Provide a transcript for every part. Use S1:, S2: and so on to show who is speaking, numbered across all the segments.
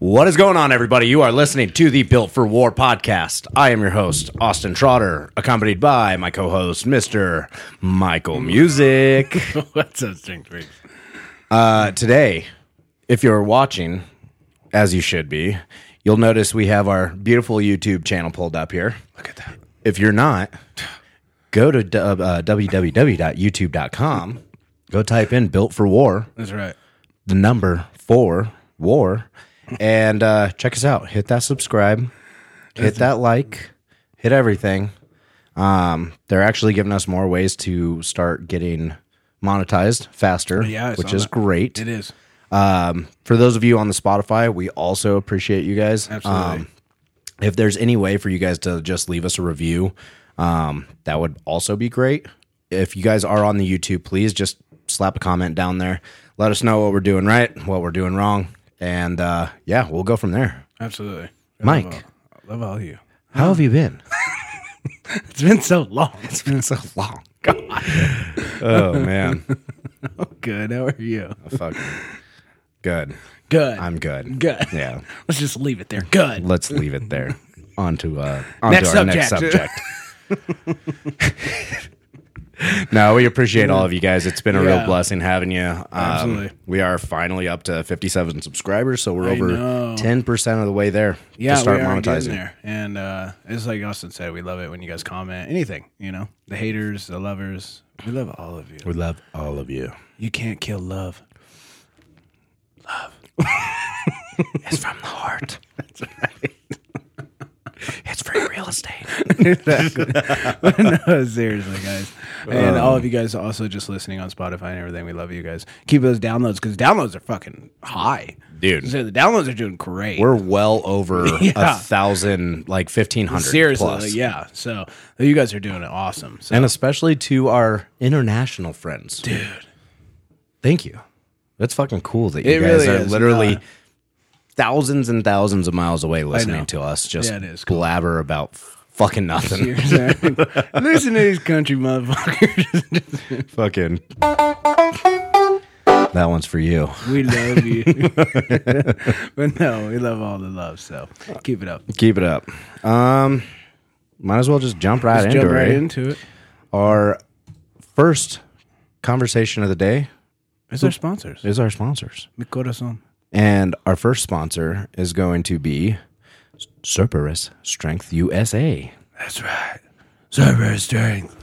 S1: What is going on, everybody? You are listening to the Built for War podcast. I am your host, Austin Trotter, accompanied by my co host, Mr. Michael Music.
S2: What's up, String Freaks?
S1: Uh, today, if you're watching, as you should be, you'll notice we have our beautiful YouTube channel pulled up here.
S2: Look at that.
S1: If you're not, go to du- uh, www.youtube.com, go type in Built for War,
S2: That's right.
S1: the number for war, and uh, check us out. Hit that subscribe, hit that like, hit everything. Um, they're actually giving us more ways to start getting monetized faster,
S2: Yeah, I
S1: which
S2: saw
S1: is
S2: that.
S1: great.
S2: It is.
S1: Um, for those of you on the Spotify, we also appreciate you guys.
S2: Absolutely.
S1: Um, if there's any way for you guys to just leave us a review, um, that would also be great. If you guys are on the YouTube, please just slap a comment down there. Let us know what we're doing right, what we're doing wrong, and uh, yeah, we'll go from there.
S2: Absolutely. I
S1: Mike.
S2: Love all, I love all of you.
S1: How have you been?
S2: It's been so long.
S1: it's been so long. God. oh man,
S2: Good. How are you?
S1: fucking good.
S2: Good.
S1: I'm good.
S2: Good.
S1: Yeah.
S2: Let's just leave it there. Good.
S1: let's leave it there. On to, uh, onto
S2: Next
S1: our next
S2: subject.
S1: subject. no, we appreciate all of you guys. It's been a
S2: Yeah.
S1: real blessing having you. Um,
S2: Absolutely.
S1: We are finally up to 57 subscribers, so we're over
S2: know.
S1: 10% of the way there
S2: Yeah,
S1: to start
S2: we are
S1: monetizing.
S2: getting there. And uh, it's like Austin said, we love it when you guys comment anything. You know, the haters, the lovers. We love all of you.
S1: We love all of you.
S2: You can't kill love.
S1: It's from the heart. That's right. it's free real estate.
S2: no, seriously, guys. And all of you guys also just listening on Spotify and everything. We love you guys. Keep those downloads because downloads are fucking high.
S1: Dude.
S2: So the downloads are doing great.
S1: We're well over
S2: Yeah.
S1: a thousand, like 1,500
S2: seriously,
S1: plus.
S2: yeah. So you guys are doing it awesome. So
S1: and especially to our international friends, dude. Thank you. That's fucking cool that you
S2: It
S1: guys
S2: really
S1: are
S2: is,
S1: literally
S2: uh,
S1: thousands and thousands of miles away
S2: know.
S1: listening to us just
S2: Yeah, it is cool.
S1: blabber about f- fucking nothing.
S2: Seriously. listen to these country motherfuckers.
S1: fucking. That one's for you.
S2: we love you, but no, we love all the love. So keep it up.
S1: Keep it up. Um, might as well just jump right into
S2: Jump
S1: it.
S2: right
S1: right?
S2: into it.
S1: Our first conversation of the day
S2: It's our sponsors.
S1: is our sponsors.
S2: Mi corazón.
S1: And our first sponsor is going to be Cerberus Strength USA.
S2: That's right. Cyber strength.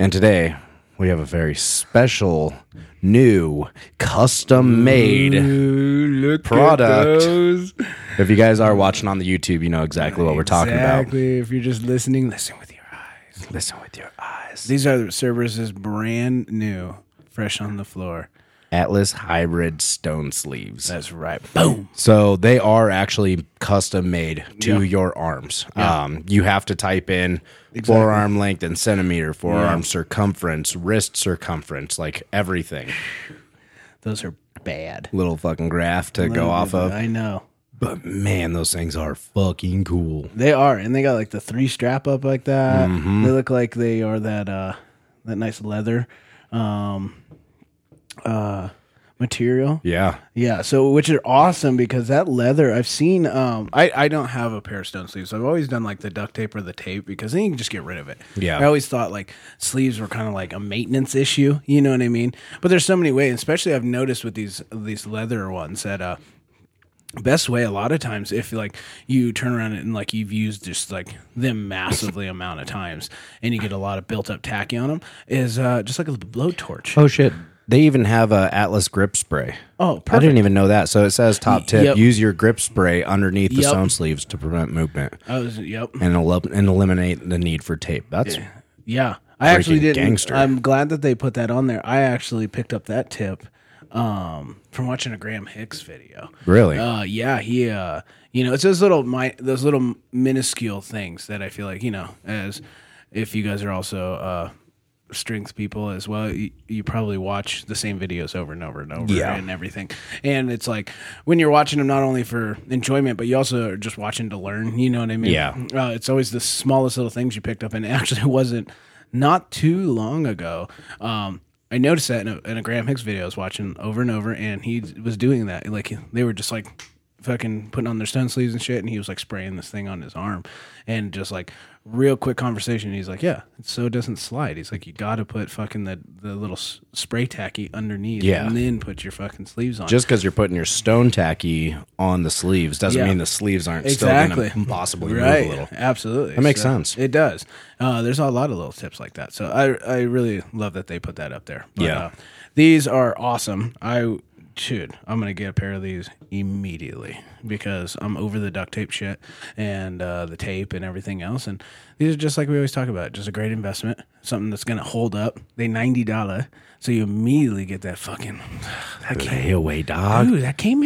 S1: And today we have a very special, new, custom
S2: Mm.
S1: made.
S2: Look at
S1: Product.
S2: those.
S1: If you guys are watching on the YouTube, you know exactly what we're talking about.
S2: Exactly. If you're just listening, listen with your eyes.
S1: Listen with your eyes.
S2: These are Cerberus's brand new, fresh on the floor.
S1: Atlas Hybrid Stone Sleeves.
S2: That's right. Boom.
S1: So they are actually custom made to
S2: Yeah.
S1: your arms. Um, you have to type in forearm length and centimeter, forearm circumference, wrist circumference, like everything.
S2: Those are bad.
S1: Little fucking graph to go off of.
S2: I know.
S1: But man, those things are fucking cool.
S2: They are, and they got like the three strap up like that.
S1: Mm-hmm.
S2: They look like they are that uh that nice leather um uh material.
S1: Yeah.
S2: Yeah, so which are awesome because that leather I've seen um I, I don't have a pair of stone sleeves. I've always done like the duct tape or the tape because then you can just get rid of it.
S1: Yeah.
S2: I always thought like sleeves were kind of like a maintenance issue, you know what I mean? But there's so many ways, especially I've noticed with these these leather ones that uh best way a lot of times if like you turn around and like you've used just like them massively amount of times and you get a lot of built up tacky on them is uh just like a blowtorch.
S1: Oh shit. They even have a Atlas grip spray.
S2: Oh,
S1: I
S2: perfect.
S1: didn't even know that. So it says top tip:
S2: Yep.
S1: use your grip spray underneath the
S2: Yep.
S1: sewn sleeves to prevent movement
S2: I was yep.
S1: and, el- and eliminate the need for tape. That's
S2: Yeah. I actually
S1: Freaking
S2: didn't.
S1: gangster.
S2: I'm glad that they put that on there. I actually picked up that tip um, from watching a Graham Hicks video.
S1: really
S2: Uh, yeah, he, uh, you know, it's those little, my, those little minuscule things that I feel like, you know, as if you guys are also uh, strength people as well, you, you probably watch the same videos over and over and over
S1: Yeah.
S2: and everything. And it's like when you're watching them, not only for enjoyment, but you also are just watching to learn. You know what I mean?
S1: Yeah.
S2: Uh, it's always the smallest little things you picked up. And it actually wasn't not too long ago. Um, I noticed that in a, in a Graham Hicks video I was watching over and over, and he was doing that. Like they were just like fucking putting on their stun sleeves and shit, and he was like spraying this thing on his arm, and just like real quick conversation. He's like, "Yeah, it's so it doesn't slide." He's like, "You got to put fucking the the little s- spray tacky underneath,
S1: Yeah.
S2: and then put your fucking sleeves on."
S1: Just because you're putting your stone tacky on the sleeves doesn't
S2: Yeah.
S1: mean the sleeves aren't
S2: Exactly.
S1: still going to possibly move a little.
S2: Absolutely. That
S1: makes sense.
S2: It does. Uh, there's a lot of little tips like that. So I I really love that they put that up there. But,
S1: Yeah.
S2: uh, these are awesome. I should. I'm gonna get a pair of these immediately because I'm over the duct tape shit and uh, the tape and everything else. And these are just like we always talk about, just a great investment, something that's gonna hold up. They ninety dollar, so you immediately get that fucking that came,
S1: Layaway dog.
S2: dude, that came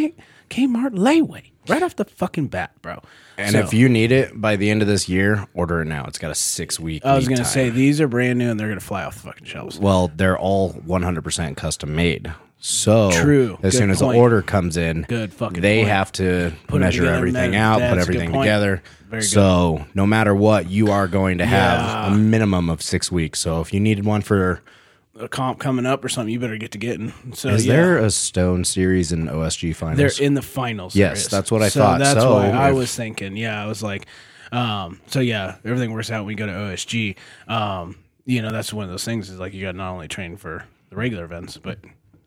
S2: Kmart layaway right off the fucking bat, bro.
S1: And
S2: So-
S1: if you need it by the end of this year, order it now. It's got a six week.
S2: I was gonna say these are brand new and they're gonna fly off the fucking shelves.
S1: Well, they're all 100% custom made. So
S2: True.
S1: As
S2: Good
S1: soon as
S2: point.
S1: the order comes in,
S2: Good fucking
S1: They
S2: point.
S1: have to measure
S2: together,
S1: everything
S2: measure-
S1: out,
S2: that's
S1: put
S2: a good
S1: everything
S2: point.
S1: together.
S2: Very good.
S1: so no matter what, you are going to have
S2: Yeah.
S1: a minimum of six weeks. So if you needed one for,
S2: A comp coming up or something, you better get to getting. So
S1: is
S2: yeah,
S1: there a Stone series in OSG finals?
S2: they're in the finals.
S1: Yes,
S2: there is.
S1: that's what I
S2: so
S1: thought.
S2: That's
S1: So
S2: why I
S1: if-
S2: was thinking. Yeah, I was like, um, so yeah, everything works out. when We go to OSG. Um, you know, that's one of those things is like you got to not only train for the regular events, but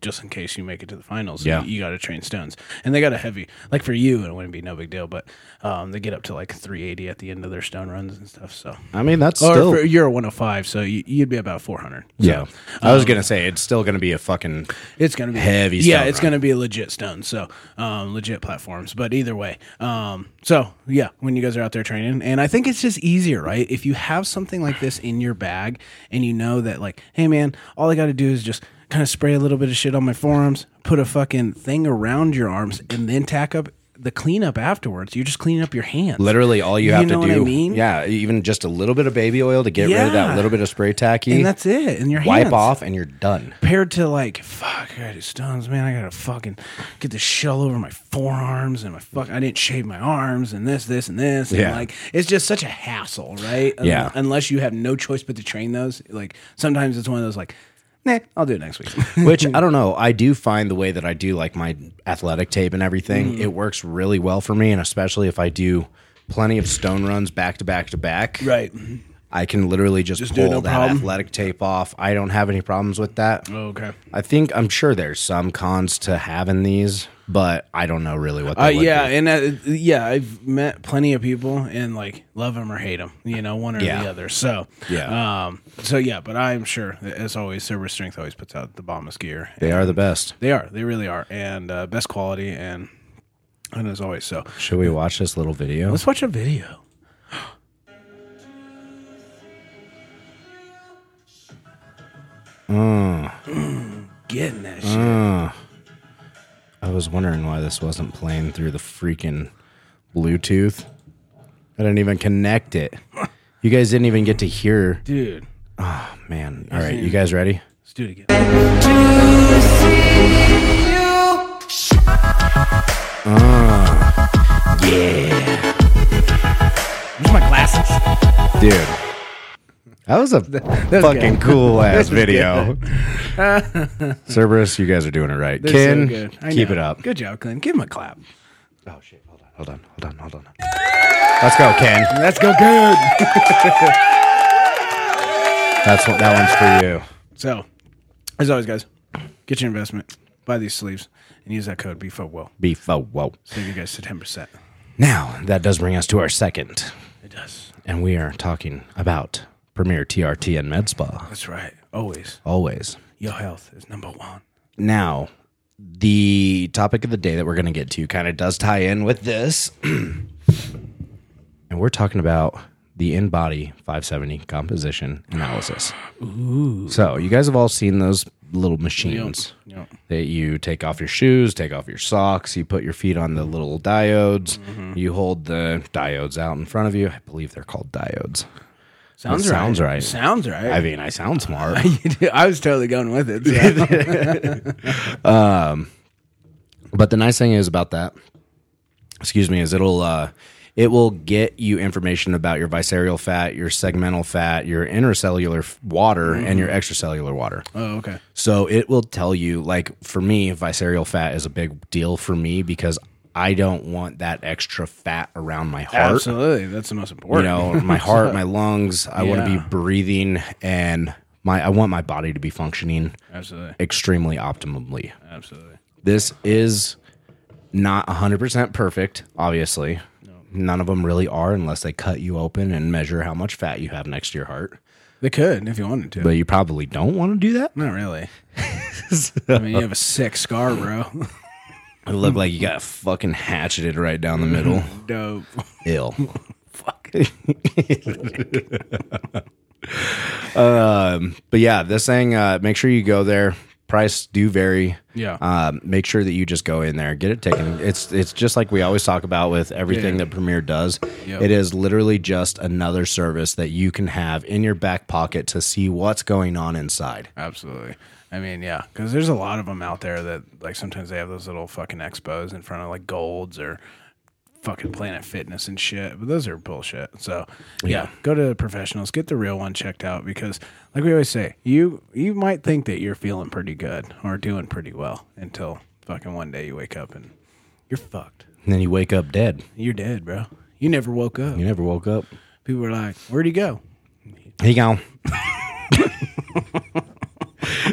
S2: just in case you make it to the finals,
S1: Yeah.
S2: you, got to train stones. And they got a heavy, like for you, it wouldn't be no big deal, but um, they get up to like 380 at the end of their stone runs and stuff. So
S1: I mean, that's
S2: or
S1: still.
S2: for, you're a 105, so you, you'd be about 400.
S1: yeah. I
S2: Um,
S1: was going to say, it's still going to be a fucking.
S2: It's gonna be
S1: Heavy
S2: Yeah,
S1: stone
S2: it's
S1: run.
S2: gonna be a legit stone. So, um, legit platforms. But either way, um, so yeah, when you guys are out there training, and I think it's just easier, right? If you have something like this in your bag, and you know that, like, hey man, all I got to do is just kind of spray a little bit of shit on my forearms, put a fucking thing around your arms, and then tack up the cleanup afterwards. You just clean up your hands.
S1: Literally, all you,
S2: You
S1: have
S2: know
S1: to
S2: what
S1: do,
S2: I mean?
S1: yeah, even just a little bit of baby oil to get rid of
S2: Yeah.
S1: that little bit of spray tacky,
S2: and that's it. And your
S1: wipe
S2: hands.
S1: off, and you're done.
S2: compared to like fuck I gotta do stones man I gotta fucking get the shell over my forearms and my fuck I didn't shave my arms and this this and this and
S1: Yeah.
S2: like it's just such a hassle right Un-
S1: Yeah.
S2: unless you have no choice but to train those like sometimes it's one of those like nah I'll do it next week
S1: Which I don't know. I do find the way that I do like my athletic tape and everything,
S2: Mm.
S1: it works really well for me, and especially if I do plenty of stone runs back to back to back.
S2: right
S1: I can literally just,
S2: do it,
S1: pull
S2: no
S1: that
S2: problem. Oh.
S1: athletic tape off. I don't have any problems with that.
S2: okay
S1: I think I'm sure there's some cons to having these, but I don't know really what. They
S2: Uh,
S1: would
S2: yeah,
S1: be.
S2: and uh, yeah, I've met plenty of people and like love them or hate them, you know, one or
S1: Yeah.
S2: the other. So
S1: Yeah.
S2: um, so yeah, but I'm sure as always, Server Strength always puts out the bombest gear.
S1: they are the best.
S2: They are, they really are, and uh, best quality and and as always. So
S1: Should we watch this little video?
S2: let's watch a video.
S1: Mm.
S2: Getting that shit.
S1: I was wondering why this wasn't playing through the freaking Bluetooth. I didn't even connect it. You guys didn't even get to hear.
S2: Dude,
S1: Man, all right, you guys ready?
S2: let's do it again. Where's my glasses?
S1: Dude. That was a fucking cool ass
S2: was
S1: video. Cerberus, you guys are doing it right.
S2: They're
S1: Ken,
S2: so good. I
S1: keep
S2: know.
S1: it up.
S2: Good job, Clint. Give him a clap.
S1: Oh shit, hold on, hold on, hold on, hold on. Let's go, Ken.
S2: Let's go good.
S1: That's what that one's for you.
S2: So, as always, guys, get your investment, buy these sleeves, and use that code BFOWO.
S1: Beef. Oh, whoa.
S2: E Save you guys to 10%.
S1: Now that does bring us to our second,
S2: It does.
S1: and we are talking about Premier TRT and Med Spa.
S2: That's right. Always.
S1: Always.
S2: Your health is number one.
S1: Now, the topic of the day that we're going to get to kind of does tie in with this. and we're talking about the in body 570 composition analysis. So, you guys have all seen those little machines
S2: Yep.
S1: that you take off your shoes, take off your socks, you put your feet on the little diodes, you hold the diodes out in front of you. I believe they're called diodes.
S2: Sounds
S1: That
S2: right.
S1: sounds right.
S2: Sounds right.
S1: I mean, I sound smart.
S2: You do- I was totally going with it. so.
S1: But the nice thing is about that, excuse me, is it'll uh, it will get you information about your visceral fat, your segmental fat, your intercellular f- water, and your extracellular water.
S2: oh, okay.
S1: So it will tell you, like for me, visceral fat is a big deal for me because I don't want that extra fat around my heart.
S2: Absolutely, that's the most
S1: You
S2: important.
S1: know, my heart, my lungs. I want to
S2: Yeah.
S1: be breathing, and my I want my body to be functioning
S2: absolutely,
S1: extremely optimally.
S2: absolutely.
S1: This is not 100% perfect, obviously. None of them really are unless they cut you open and measure how much fat you have next to your heart.
S2: They could if you wanted to.
S1: But you probably don't want to do that.
S2: Not really. I mean, you have a sick scar, bro.
S1: It looked like you got fucking hatcheted right down the middle.
S2: Dope.
S1: Ill.
S2: Fuck.
S1: Um, But yeah, this thing, uh, make sure you go there. Price do vary.
S2: Yeah.
S1: Um, make sure that you just go in there, get it taken. It's it's just like we always talk about with everything that Premiere does.
S2: Yep.
S1: It is literally just another service that you can have in your back pocket to see what's going on inside.
S2: Absolutely. I mean, yeah, because there's a lot of them out there that like sometimes they have those little fucking expos in front of like Golds or fucking Planet Fitness and shit, but those are bullshit. So yeah, go to the professionals, get the real one checked out because like we always say, you you might think that you're feeling pretty good or doing pretty well until fucking one day you wake up and you're fucked.
S1: And then you wake up dead.
S2: You're dead, bro. You never woke up.
S1: You never woke up.
S2: People are like, "Where'd he go?"
S1: He gone.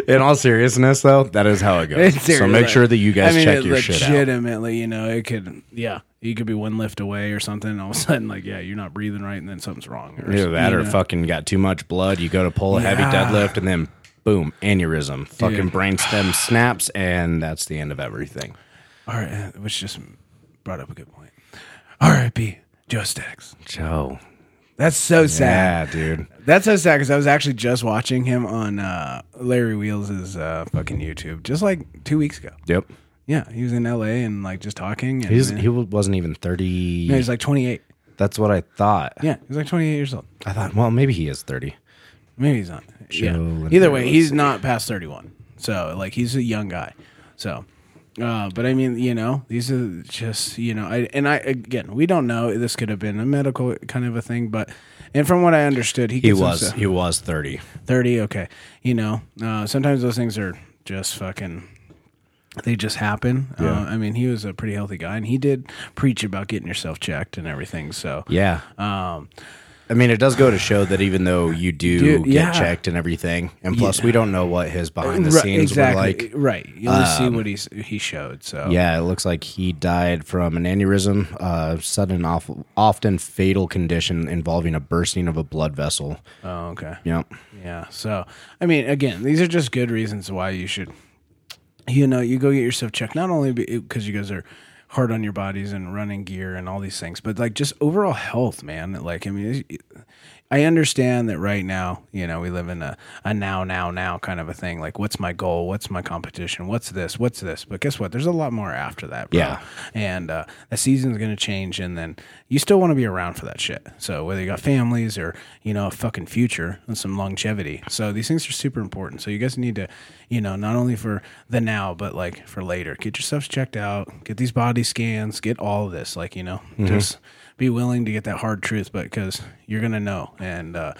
S1: In all seriousness, though, that is how it goes. So
S2: Seriously.
S1: make sure that you guys
S2: I mean,
S1: check
S2: it
S1: your shit out.
S2: Legitimately, you know, it could, yeah, you could be one lift away or something. And all of a sudden, like, yeah, you're not breathing right, and then something's wrong.
S1: Either
S2: Or something,
S1: that
S2: you
S1: or
S2: know?
S1: fucking got too much blood. You go to pull a heavy
S2: Yeah.
S1: deadlift and then boom, aneurysm. Fucking
S2: Dude.
S1: brainstem snaps and that's the end of everything.
S2: All right, uh, which just brought up a good point. R.I.P. Joe Stacks.
S1: Joe.
S2: That's so sad.
S1: Yeah, dude.
S2: That's so sad because I was actually just watching him on uh, Larry Wheels' uh, fucking YouTube just like two weeks ago.
S1: Yep.
S2: Yeah, he was in L.A. and like just talking. And
S1: He's,
S2: then-
S1: he wa- wasn't even 30.
S2: no, he's like 28.
S1: That's what I thought.
S2: Yeah, he's like 28 years old.
S1: I thought, well, maybe he is 30.
S2: Maybe he's not.
S1: Joe
S2: yeah. Either
S1: Lynn-
S2: way, he's not past 31. So, like, he's a young guy. So, uh, but I mean, you know, these are just, you know, I, and I, again, we don't know. This could have been a medical kind of a thing, but, and from what I understood, he,
S1: He
S2: gets
S1: was.
S2: himself-
S1: He was 30.
S2: 30. Okay. You know, uh, sometimes those things are just fucking, they just happen. Uh, I mean, he was a pretty healthy guy and he did preach about getting yourself checked and everything. So,
S1: Yeah.
S2: um,
S1: I mean, it does go to show that even though you do
S2: Dude,
S1: get
S2: yeah.
S1: checked and everything, and plus we don't know what his behind the
S2: Right,
S1: scenes were like. um,
S2: Right. You only see what he's, he showed. So,
S1: Yeah, it looks like he died from an aneurysm, uh, sudden, off, often fatal condition involving a bursting of a blood vessel.
S2: Oh, okay.
S1: Yep.
S2: Yeah. So, I mean, again, these are just good reasons why you should, you know, you go get yourself checked, not only because you guys are hard on your bodies and running gear and all these things, but like just overall health, man. Like, I mean, it- I understand that right now, you know, we live in a, a now, now, now kind of a thing. Like, what's my goal? What's my competition? What's this? What's this? But guess what? There's a lot more after that. Bro.
S1: Yeah.
S2: And uh, the season's going to change. And then you still want to be around for that shit. So, whether you got families or, you know, a fucking future and some longevity. So, these things are super important. So, you guys need to, you know, not only for the now, but like for later, get yourselves checked out, get these body scans, get all of this. Like, you know,
S1: Mm-hmm.
S2: just be willing to get that hard truth, but because you're going to know and, uh,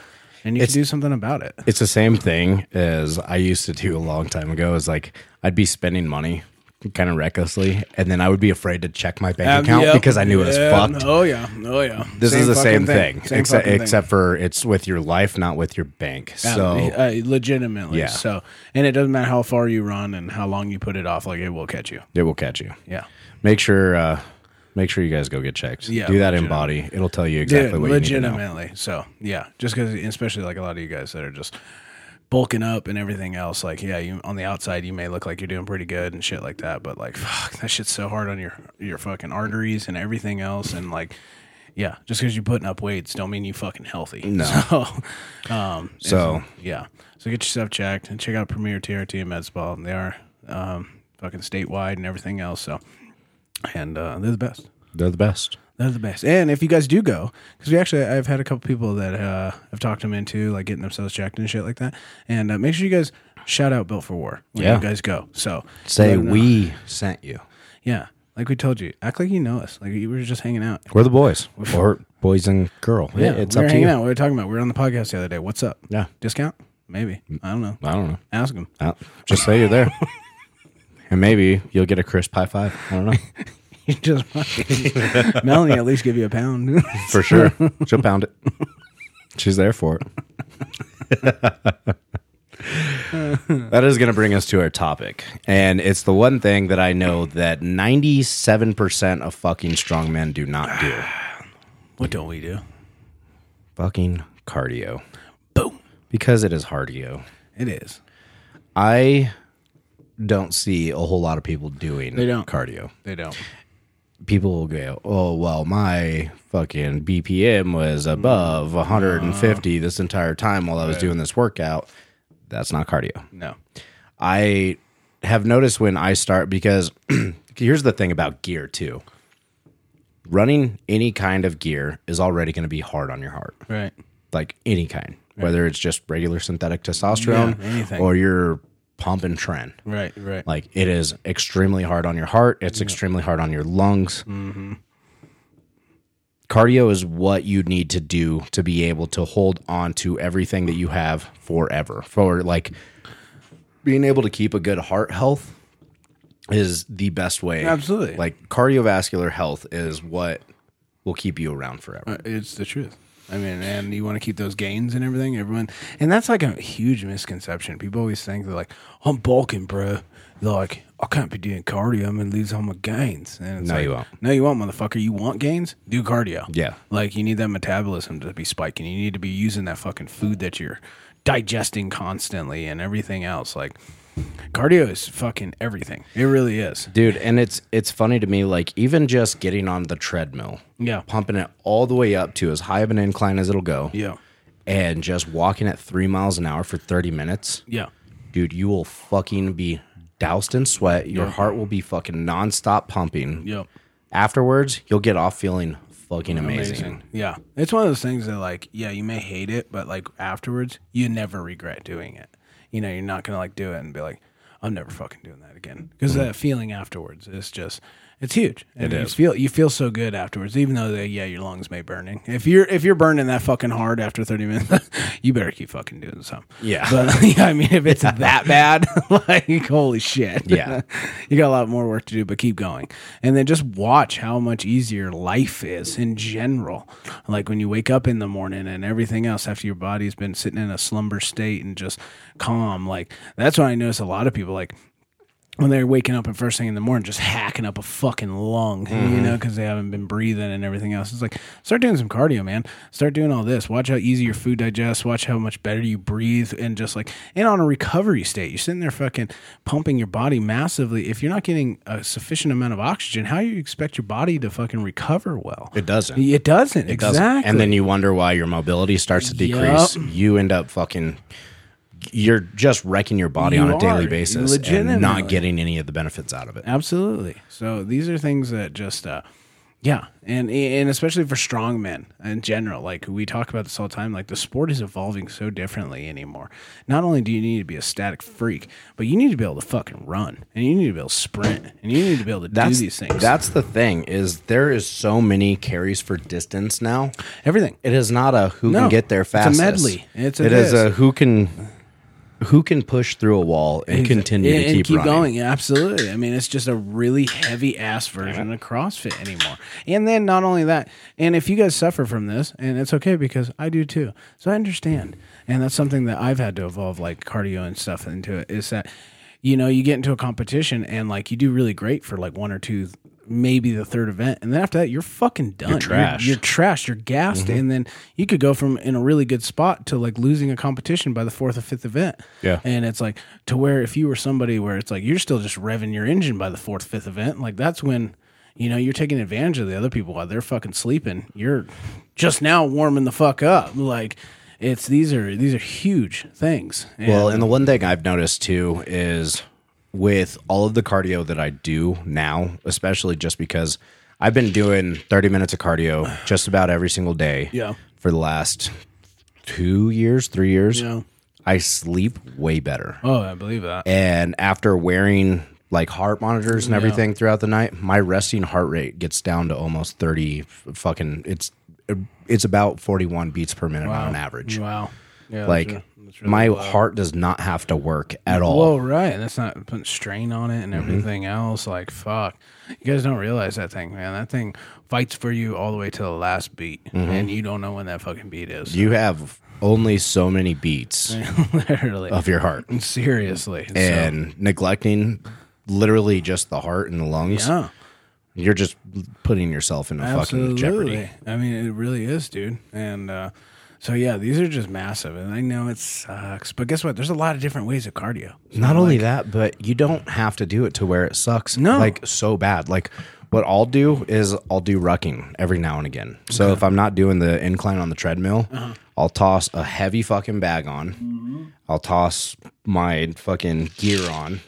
S2: and you can do something about it.
S1: It's the same thing as I used to do a long time ago. Is like I'd be spending money kind of recklessly, and then I would be afraid to check my bank account because I knew it was fucked.
S2: Oh, Um, yeah. Oh, yeah.
S1: This is the same
S2: fucking
S1: thing, except
S2: fucking thing.
S1: except for it's with your life, not with your bank. So
S2: uh, legitimately
S1: Yeah.
S2: so and it doesn't matter how far you run and how long you put it off like it will catch you
S1: it will catch you.
S2: yeah
S1: Make sure. Uh, Make sure you guys go get checked.
S2: Yeah,
S1: do that in
S2: legitimate.
S1: body. It'll tell you exactly
S2: Dude,
S1: what you need to know.
S2: legitimately so yeah just because especially like a lot of you guys that are just bulking up and everything else like yeah you on the outside you may look like you're doing pretty good and shit like that but like fuck that shit's so hard on your your fucking arteries and everything else and like yeah just because you're putting up weights don't mean you fucking healthy no so, um
S1: So-
S2: Yeah. So get yourself checked and check out Premier TRT and MedSpa. And they are um, fucking statewide and everything else. So, and uh, they're the best.
S1: They're the best.
S2: They're the best. And if you guys do go, because we actually, I've had a couple people that uh, have talked them into like getting themselves checked and shit like that. And uh, make sure you guys shout out Built for War when
S1: Yeah.
S2: you guys go. So
S1: Say
S2: let 'em know.
S1: we sent you.
S2: Yeah. Like we told you, act like you know us. Like you were just hanging out.
S1: We're the boys, or boys and girl. Yeah, it's
S2: we were
S1: up to you.
S2: hanging out. We were talking about. We were on the podcast the other day. What's up?
S1: Yeah, Mm.
S2: Discount? Maybe. I don't know.
S1: I don't know.
S2: Ask them.
S1: Uh, just say you're there, and maybe you'll get a crisp high five. I don't know.
S2: you just fucking- Melanie at least give you a pound.
S1: for sure. She'll pound it. She's there for it. that is going to bring us to our topic. And it's the one thing that I know that 97% of fucking strong men do not do
S2: what don't we do?
S1: fucking cardio
S2: Boom.
S1: because it is cardio.
S2: It is.
S1: I don't see a whole lot of people doing
S2: They don't.
S1: cardio.
S2: They don't.
S1: people will go, oh, well, my fucking BPM was
S2: Mm.
S1: above 150 this entire time while I was doing this workout. That's not cardio.
S2: No.
S1: I have noticed when I start, because here's the thing about gear too running any kind of gear is already going to be hard on your heart
S2: Right.
S1: like any kind, whether it's just regular synthetic testosterone
S2: Yeah, anything.
S1: or your pump and trend.
S2: Right. Right.
S1: Like it is extremely hard on your heart. It's extremely hard on your lungs.
S2: Mm-hmm.
S1: Cardio is what you need to do to be able to hold on to everything that you have forever. For like being able to keep a good heart health is the best way.
S2: Absolutely.
S1: Like cardiovascular health is what will keep you around forever.
S2: Uh, It's the truth. I mean, and you want to keep those gains and everything. Everyone, and that's like a huge misconception. People always think they're like, "I'm bulking, bro." They're like, "I can't be doing cardio. I'm gonna lose all my gains." And it's
S1: No,
S2: like,
S1: you won't.
S2: No, you won't, motherfucker. You want gains? Do cardio.
S1: Yeah.
S2: Like you need that metabolism to be spiking. You need to be using that fucking food that you're digesting constantly and everything else. Like, cardio is fucking everything. It really is.
S1: dude and it's it's funny to me like even just getting on the treadmill
S2: Yeah.
S1: pumping it all the way up to as high of an incline as it'll go
S2: Yeah.
S1: and just walking at three miles an hour for 30 minutes
S2: Yeah.
S1: dude you will fucking be doused in sweat your heart will be fucking nonstop pumping
S2: Yeah.
S1: afterwards you'll get off feeling fucking amazing,
S2: Yeah. It's one of those things that like, yeah, you may hate it, but like afterwards, you never regret doing it. You know, you're not going to like do it and be like, I'm never fucking doing that again. because
S1: Hmm.
S2: that feeling afterwards is just it's huge. And you feel you feel so good afterwards even though they, yeah, your lungs may burning. If you're if you're burning that fucking hard after 30 minutes, you better keep fucking doing something.
S1: Yeah.
S2: But I mean, if it's that bad, like holy shit.
S1: Yeah.
S2: you got a lot more work to do, but keep going. And then just watch how much easier life is in general. Like when you wake up in the morning and everything else after your body's been sitting in a slumber state and just calm. Like that's why I notice a lot of people like when they're waking up and first thing in the morning, just hacking up a fucking lung,
S1: Mm-hmm.
S2: you know, because they haven't been breathing and everything else. It's like, start doing some cardio, man. Start doing all this. Watch how easy your food digests. Watch how much better you breathe. And just like, and on a recovery state, you're sitting there fucking pumping your body massively. If you're not getting a sufficient amount of oxygen, how you expect your body to fucking recover well?
S1: it doesn't
S2: It doesn't.
S1: It doesn't.
S2: exactly.
S1: and then you wonder why your mobility starts to decrease you end up fucking you're just wrecking your body
S2: You
S1: on a daily
S2: are,
S1: basis and
S2: legitimately.
S1: not getting any of the benefits out of it
S2: Absolutely. So these are things that just, uh, yeah, and and especially for strong men in general, like we talk about this all the time. Like the sport is evolving so differently anymore. Not only do you need to be a static freak, but you need to be able to fucking run, and you need to be able to sprint, and you need to be able to do these things.
S1: That's the thing is there is so many carries for distance now.
S2: Everything.
S1: It is not a who
S2: No,
S1: can get there
S2: it's a
S1: fastest.
S2: medley. It's-
S1: it
S2: it
S1: is.
S2: is.
S1: a who can who can push through a wall and continue
S2: and,
S1: to keep,
S2: and keep
S1: running.
S2: going. Yeah, Absolutely. I mean, it's just a really heavy ass version of CrossFit anymore. And then not only that, and if you guys suffer from this, and it's okay because I do too, so I understand. And that's something that I've had to evolve, like cardio and stuff, into it. Is that you know you get into a competition and like you do really great for like one or two. Maybe the third event, and then after that, you're fucking done. You're
S1: trashed. Mm-hmm.
S2: You're, trashed. You're gassed, and then you could go from in a really good spot to like losing a competition by the fourth or fifth event.
S1: Yeah.
S2: And it's like to where if you were somebody where it's like you're still just revving your engine by the fourth, fifth event, like that's when, you know, you're taking advantage of the other people while they're fucking sleeping. You're just now warming the fuck up. Like it's these are these are huge things. And
S1: Well, and the one thing I've noticed too is with all of the cardio that I do now, especially just because I've been doing 30 minutes of cardio just about every single day
S2: Yeah.
S1: for the last 2 years, 3 years.
S2: Yeah.
S1: I sleep way better.
S2: oh, I believe that.
S1: and after wearing like heart monitors and everything throughout the night, my resting heart rate gets down to almost 30 f- fucking it's it's about 41 beats per minute on average.
S2: Wow. Yeah, that's
S1: like
S2: re- that's really
S1: my
S2: low.
S1: heart does not have to work at all.
S2: Well, right. And that's not putting strain on it and everything else. Like, fuck. You guys don't realize that thing, man. That thing fights for you all the way to the last beat. And you don't know when that fucking beat is.
S1: You have only so many beats
S2: Literally.
S1: of your heart,
S2: Seriously. So,
S1: and neglecting literally just the heart and the lungs,
S2: yeah.
S1: you're just putting yourself into fucking jeopardy.
S2: I mean, it really is, dude. And uh, so, yeah, these are just massive. And I know it sucks. But guess what? There's a lot of different ways of cardio.
S1: Not only that, but you don't have to do it to where it sucks
S2: No.
S1: like so bad. Like what I'll do is I'll do rucking every now and again. So if I'm not doing the incline on the treadmill,
S2: Uh-huh.
S1: I'll toss a heavy fucking bag on.
S2: Mm-hmm.
S1: I'll toss my fucking gear on,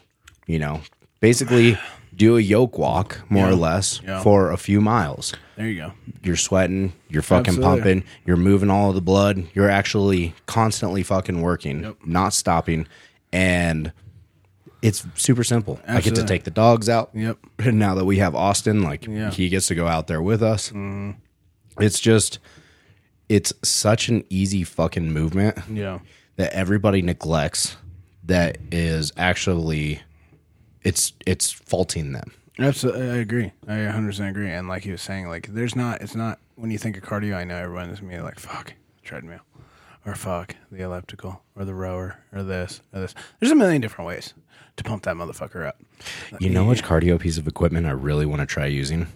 S1: you know. Basically do a yoke walk more or less
S2: Yeah.
S1: for a few miles.
S2: There you go.
S1: You're sweating, you're fucking
S2: Absolutely.
S1: pumping, you're moving all of the blood, you're actually constantly fucking working, not stopping. And it's super simple. I get to
S2: Absolutely.
S1: take the dogs out.
S2: Yep.
S1: And now that we have Austin, like he gets to go out there with us.
S2: Mm-hmm.
S1: It's just, it's such an easy fucking movement
S2: Yeah.
S1: that everybody neglects that is actually, it's, it's faulting them.
S2: Absolutely, I agree. I 100% agree. And like he was saying, like there's not, it's not when you think of cardio. I know everyone is gonna be like, fuck treadmill, or fuck the elliptical, or the rower, or this, or this. There's a million different ways to pump that motherfucker up.
S1: You know which cardio piece of equipment I really want to try using?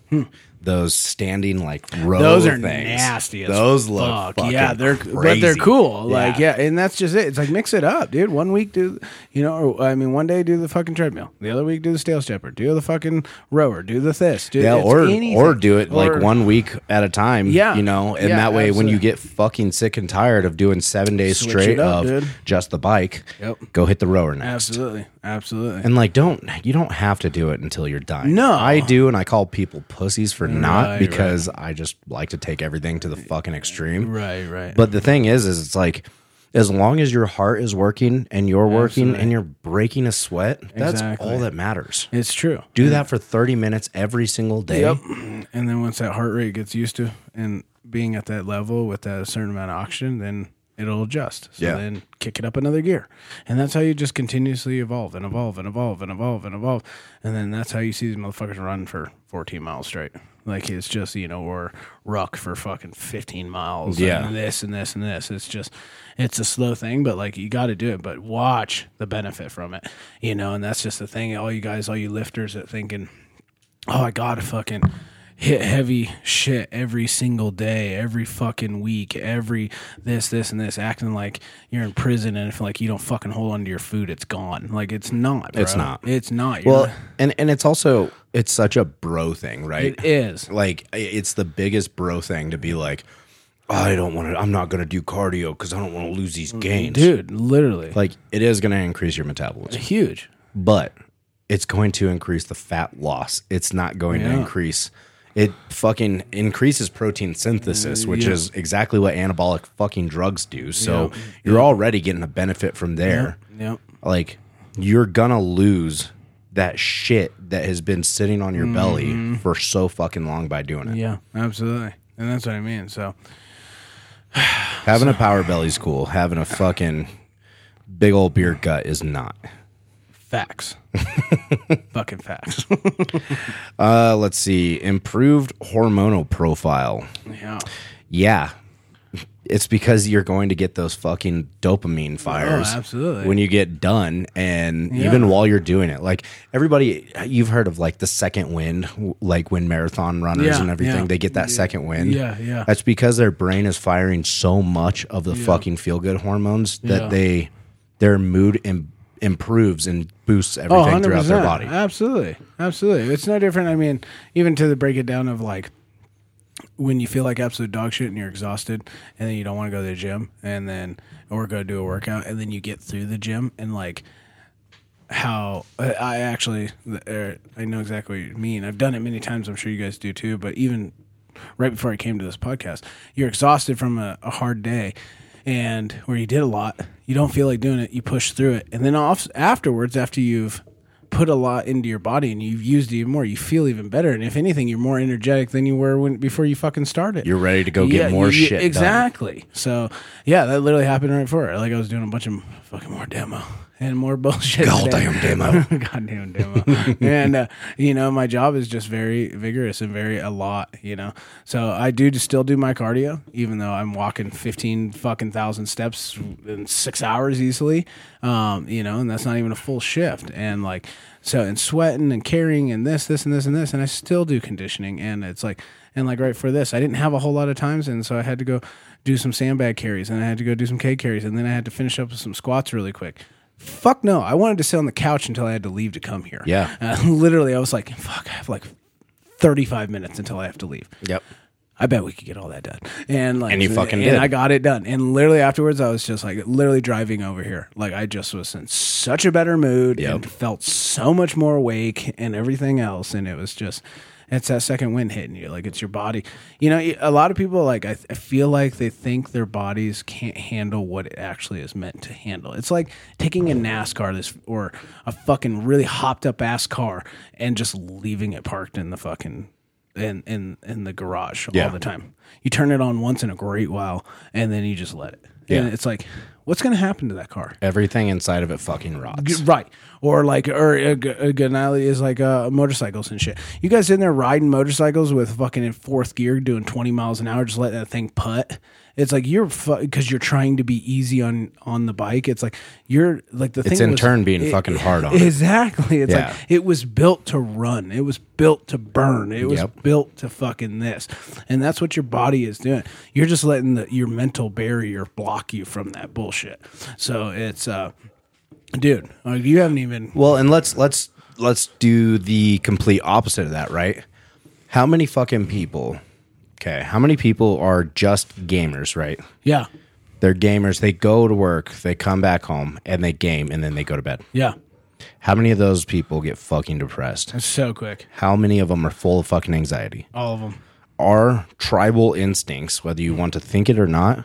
S1: Those standing like row
S2: Hmm. Those are
S1: things.
S2: nasty. As
S1: Those look
S2: fuck.
S1: fucking
S2: yeah, they're but they're
S1: crazy.
S2: cool. Like
S1: Yeah.
S2: yeah, and that's just it. It's like mix it up, dude. One week do you know? Or, I mean, one day do the fucking treadmill. The other week do the stale stepper. Do the fucking rower. Do the this. Do
S1: Yeah,
S2: it's
S1: or
S2: anything.
S1: or do it like
S2: Or-
S1: one week at a time.
S2: Yeah.
S1: you know, and
S2: Yeah,
S1: that way when
S2: absolutely.
S1: you get fucking sick and tired of doing seven days
S2: Switch
S1: straight
S2: it up,
S1: of
S2: dude.
S1: just the bike,
S2: Yep.
S1: go hit the rower next.
S2: Absolutely, absolutely.
S1: And like, don't you don't have to do it until you're dying.
S2: No.
S1: I do, and I call people pussies for
S2: Right,
S1: not
S2: right.
S1: because I just like to take everything to the fucking extreme.
S2: Right, right.
S1: But the thing is, is it's like as long as your heart is working and you're working and you're breaking a sweat, that's
S2: Exactly.
S1: all that matters.
S2: it's true.
S1: Do that for 30 minutes every single day.
S2: And then once that heart rate gets used to and being at that level with that certain amount of oxygen, then it'll adjust. So
S1: Yeah.
S2: then kick it up another gear. And that's how you just continuously evolve and evolve and evolve and evolve and evolve. And then that's how you see these motherfuckers run for 14 miles straight. Like it's just, you know, or ruck for fucking 15 miles.
S1: Yeah.
S2: And this and this and this. It's just, it's a slow thing, but like you got to do it. But watch the benefit from it, you know? And that's just the thing. All you guys, all you lifters that thinking, oh, I gotta fucking hit heavy shit every single day, every fucking week, every this, this, and this, acting like you're in prison and if like you don't fucking hold on to your food, it's gone. Like it's not. Bro.
S1: It's not.
S2: It's not. You're
S1: Well,
S2: not-
S1: and, and it's also, it's such a bro thing, right?
S2: it is.
S1: like, i- it's the biggest bro thing to be like, I don't want to, I'm not going to do cardio because I don't want to lose these gains.
S2: Mm-hmm. Dude, literally.
S1: Like, it is going to increase your metabolism,
S2: huge.
S1: but it's going to increase the fat loss. It's not going to
S2: Yeah.
S1: increase. It fucking increases protein synthesis, which
S2: Uh, Yeah.
S1: is exactly what anabolic fucking drugs do. So you're already getting a benefit from there.
S2: Yep.
S1: Like you're gonna lose that shit that has been sitting on your
S2: Mm-hmm.
S1: belly for so fucking long by doing it.
S2: Yeah. Absolutely. And that's what I mean. So
S1: Having a power belly's cool. Having a fucking big old beer gut is not.
S2: facts. fucking facts.
S1: Uh, let's see. Improved hormonal profile.
S2: yeah.
S1: Yeah. It's because you're going to get those fucking dopamine fires.
S2: Oh, absolutely.
S1: When you get done and even while you're doing it. Like everybody you've heard of like the second wind, w- like when marathon runners
S2: Yeah,
S1: and everything,
S2: yeah.
S1: they get that second wind.
S2: Yeah, yeah.
S1: That's because their brain is firing so much of the fucking feel good hormones that
S2: Yeah.
S1: they their mood Im- improves and boosts
S2: Oh,
S1: everything throughout their
S2: 100%.
S1: body.
S2: Absolutely. Absolutely. It's no different. I mean, even to the break it down of like when you feel like absolute dog shit and you're exhausted and then you don't want to go to the gym and then or go do a workout and then you get through the gym and like how I- I actually er, I know exactly what you mean. I've done it many times. I'm sure you guys do too. But even right before I came to this podcast, you're exhausted from a, a hard day, and where you did a lot, you don't feel like doing it. You push through it, and then off afterwards, after you've put a lot into your body and you've used it even more. You feel even better. And if anything, you're more energetic than you were when before you fucking started.
S1: You're ready to go get
S2: Yeah,
S1: more
S2: you- you-
S1: shit. done.
S2: Exactly. So yeah, that literally happened right before. Like I was doing a bunch of fucking more demo and more bullshit. today.
S1: Goddamn demo.
S2: goddamn demo. and uh, you know, my job is just very vigorous and very a lot. You know, so I do just still do my cardio, even though I'm walking fifteen fucking thousand steps in six hours easily. Um, you know, and that's not even a full shift. And like, so and sweating and carrying and this, this, and this, and this, and I still do conditioning. And it's like, and like right for this, I didn't have a whole lot of times, and so I had to go do some sandbag carries, and I had to go do some K carries, and then I had to finish up with some squats really quick. Fuck no. I wanted to sit on the couch until I had to leave to come here.
S1: Yeah.
S2: Uh, literally, I was like, fuck, I have like 35 minutes until I have to leave.
S1: Yep.
S2: I bet we could get all that done. And like,
S1: And you fucking
S2: and
S1: did.
S2: I got it done. And literally afterwards, I was just like, literally driving over here. Like, I just was in such a better mood and felt so much more awake and everything else. And it was just, it's that second wind hitting you. Like, it's your body. You know, a lot of people, like, I, I feel like they think their bodies can't handle what it actually is meant to handle. It's like taking a NASCAR this or a fucking really hopped up ass car and just leaving it parked in the fucking in in in the garage
S1: Yeah.
S2: all the time. You turn it on once in a great while, and then you just let it.
S1: Yeah.
S2: And it's like, what's going to happen to that car?
S1: Everything inside of it fucking rots.
S2: Right. Or like, or a, g- a good analogy is like uh, motorcycles and shit. You guys in there riding motorcycles with fucking in fourth gear doing 20 miles an hour, just letting that thing putt. It's like you're because you're trying to be easy on on the bike. It's like you're like the thing.
S1: It's in
S2: was-
S1: turn being
S2: it-
S1: fucking hard on. it.
S2: Exactly. It's
S1: Yeah.
S2: like it was built to run. It was built to burn. It was
S1: Yep.
S2: built to fucking this. And that's what your body is doing. You're just letting the, your mental barrier block you from that bullshit. So it's uh dude, like you haven't even
S1: Well, and let's let's let's do the complete opposite of that, right? How many fucking people? Okay, how many people are just gamers, right?
S2: yeah.
S1: They're gamers. They go to work, they come back home, and they game, and then they go to bed.
S2: Yeah.
S1: How many of those people get fucking depressed?
S2: It's so quick.
S1: How many of them are full of fucking anxiety?
S2: All of them.
S1: Our tribal instincts, whether you want to think it or not,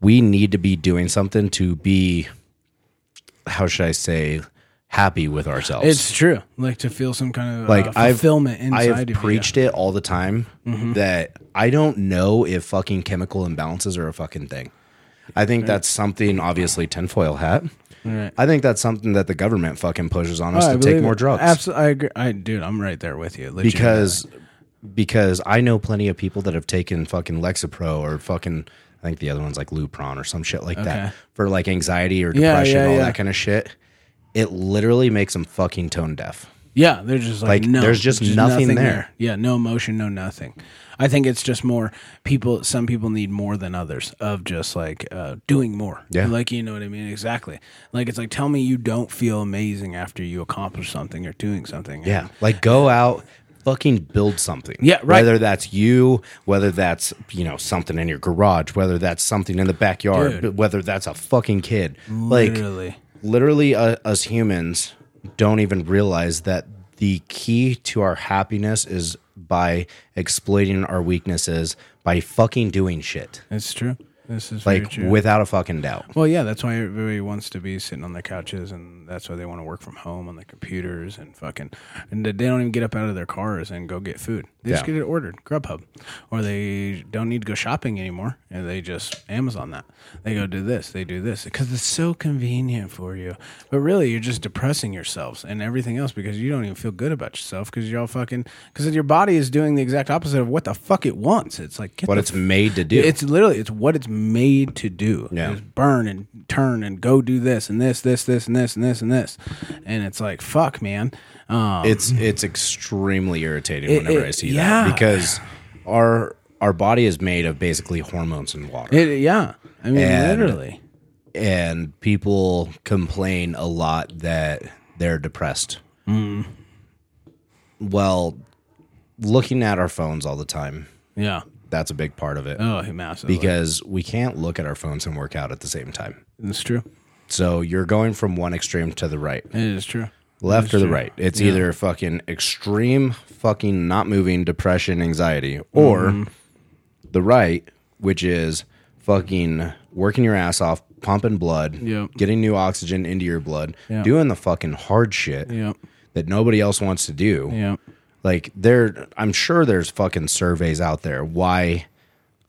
S1: we need to be doing something to be, how should I say, happy with ourselves.
S2: It's true. Like to feel some kind of
S1: like
S2: uh,
S1: I've-
S2: fulfillment inside
S1: I have
S2: of you. Mm-hmm.
S1: preached it all the time that I don't know if fucking chemical imbalances are a fucking thing. I think that's something obviously tinfoil hat.
S2: Right. Oh,
S1: I think that's something that the government fucking pushes on us
S2: I
S1: to take
S2: believe
S1: more
S2: it.
S1: drugs
S2: Abso- I agree. I dude, I'm right there with you. Legit.
S1: because because I know plenty of people that have taken fucking Lexapro or fucking I think the other one's like Lupron or some shit like
S2: Okay.
S1: that for like anxiety or
S2: Yeah,
S1: depression,
S2: yeah,
S1: all
S2: yeah.
S1: that kind of shit. It literally makes them fucking tone deaf.
S2: Yeah, they're just
S1: Like,
S2: like, no.
S1: there's just nothing there.
S2: Yeah, no emotion, no nothing. I think it's just more people. Some people need more than others of just like uh, doing more.
S1: Yeah.
S2: like you know what I mean. Exactly. Like it's like tell me you don't feel amazing after you accomplish something or doing something.
S1: Yeah. Like go out, fucking build something.
S2: Yeah, right.
S1: Whether that's you, whether that's, you know, something in your garage, whether that's something in the backyard,
S2: Dude.
S1: whether that's a fucking kid. Like
S2: literally.
S1: literally uh, us humans don't even realize that the key to our happiness is by exploiting our weaknesses by fucking doing shit.
S2: it's true. This is very
S1: Like
S2: true.
S1: without a fucking doubt.
S2: Well, yeah, that's why everybody wants to be sitting on their couches, and that's why they want to work from home on their computers and fucking, and they don't even get up out of their cars and go get food. They just
S1: Yeah.
S2: get it ordered, Grubhub, or they don't need to go shopping anymore, and they just Amazon that. They go do this, they do this because it's so convenient for you. But really, you're just depressing yourselves and everything else because you don't even feel good about yourself because you're all fucking because your body is doing the exact opposite of what the fuck it wants. It's like get
S1: What
S2: the
S1: it's made to do.
S2: it's literally it's what it's made to do.
S1: Yeah.
S2: Is burn and turn and go do this and this, this, this, and this, and this, and this. And it's like, fuck, man. Um,
S1: it's it's extremely irritating whenever
S2: it-
S1: I see
S2: yeah.
S1: that because our our body is made of basically hormones and water,
S2: it, yeah. I mean,
S1: And-
S2: literally.
S1: and people complain a lot that they're depressed.
S2: Mm.
S1: Well, looking at our phones all the time
S2: Yeah.
S1: that's a big part of it
S2: Oh, he massive.
S1: because we can't look at our phones and work out at the same time.
S2: it's true.
S1: So you're going from one extreme to the right.
S2: It is true.
S1: left or the right. It's either fucking extreme fucking not moving depression anxiety or
S2: Mm-hmm.
S1: the right which is fucking working your ass off, pumping blood,
S2: Yep.
S1: getting new oxygen into your blood,
S2: Yeah.
S1: doing the fucking hard shit.
S2: Yep.
S1: that nobody else wants to do.
S2: Yeah.
S1: Like there I'm sure there's fucking surveys out there why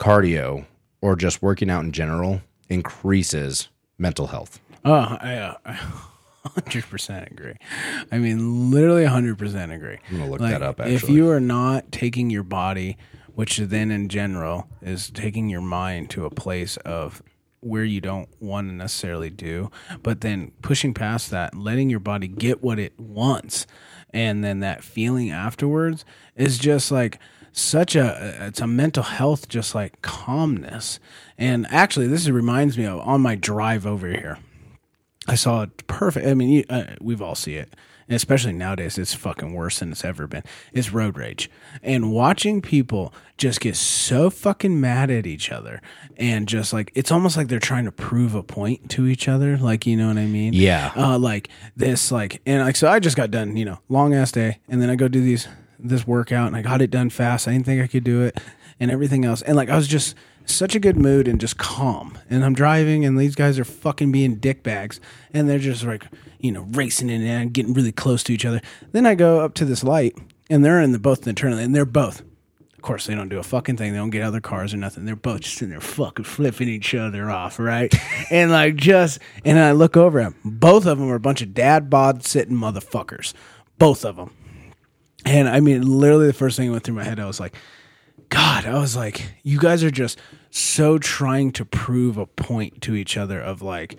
S1: cardio or just working out in general increases mental health.
S2: Oh, I, uh, I 100% agree. I mean, literally 100% agree. I'm
S1: gonna look that up,
S2: If
S1: actually.
S2: you are not taking your body, which then in general is taking your mind to a place of where you don't want to necessarily do, but then pushing past that, letting your body get what it wants, and then that feeling afterwards is just like such a it's a mental health just like calmness. And actually this reminds me of on my drive over here. I saw it perfect. I mean, you, uh, we've all see it, and especially nowadays, it's fucking worse than it's ever been. It's road rage, and watching people just get so fucking mad at each other, and just like it's almost like they're trying to prove a point to each other. Like you know what I mean?
S1: Yeah.
S2: Uh, like this, like and like so. I just got done, you know, long ass day, and then I go do these this workout, and I got it done fast. I didn't think I could do it, and everything else, and like I was just such a good mood and just calm. And I'm driving, and these guys are fucking being dickbags, and they're just like you know racing in and getting really close to each other. Then I go up to this light, and they're in the both in the turn lane, and they're both of course, they don't do a fucking thing. They don't get other cars or nothing. They're both just in there fucking flipping each other off, right? and like just, and I look over at 'em. Both of them are a bunch of dad bod sitting motherfuckers. Both of them. And I mean, literally, the first thing that went through my head, I was like, God, I was like, you guys are just so trying to prove a point to each other of like,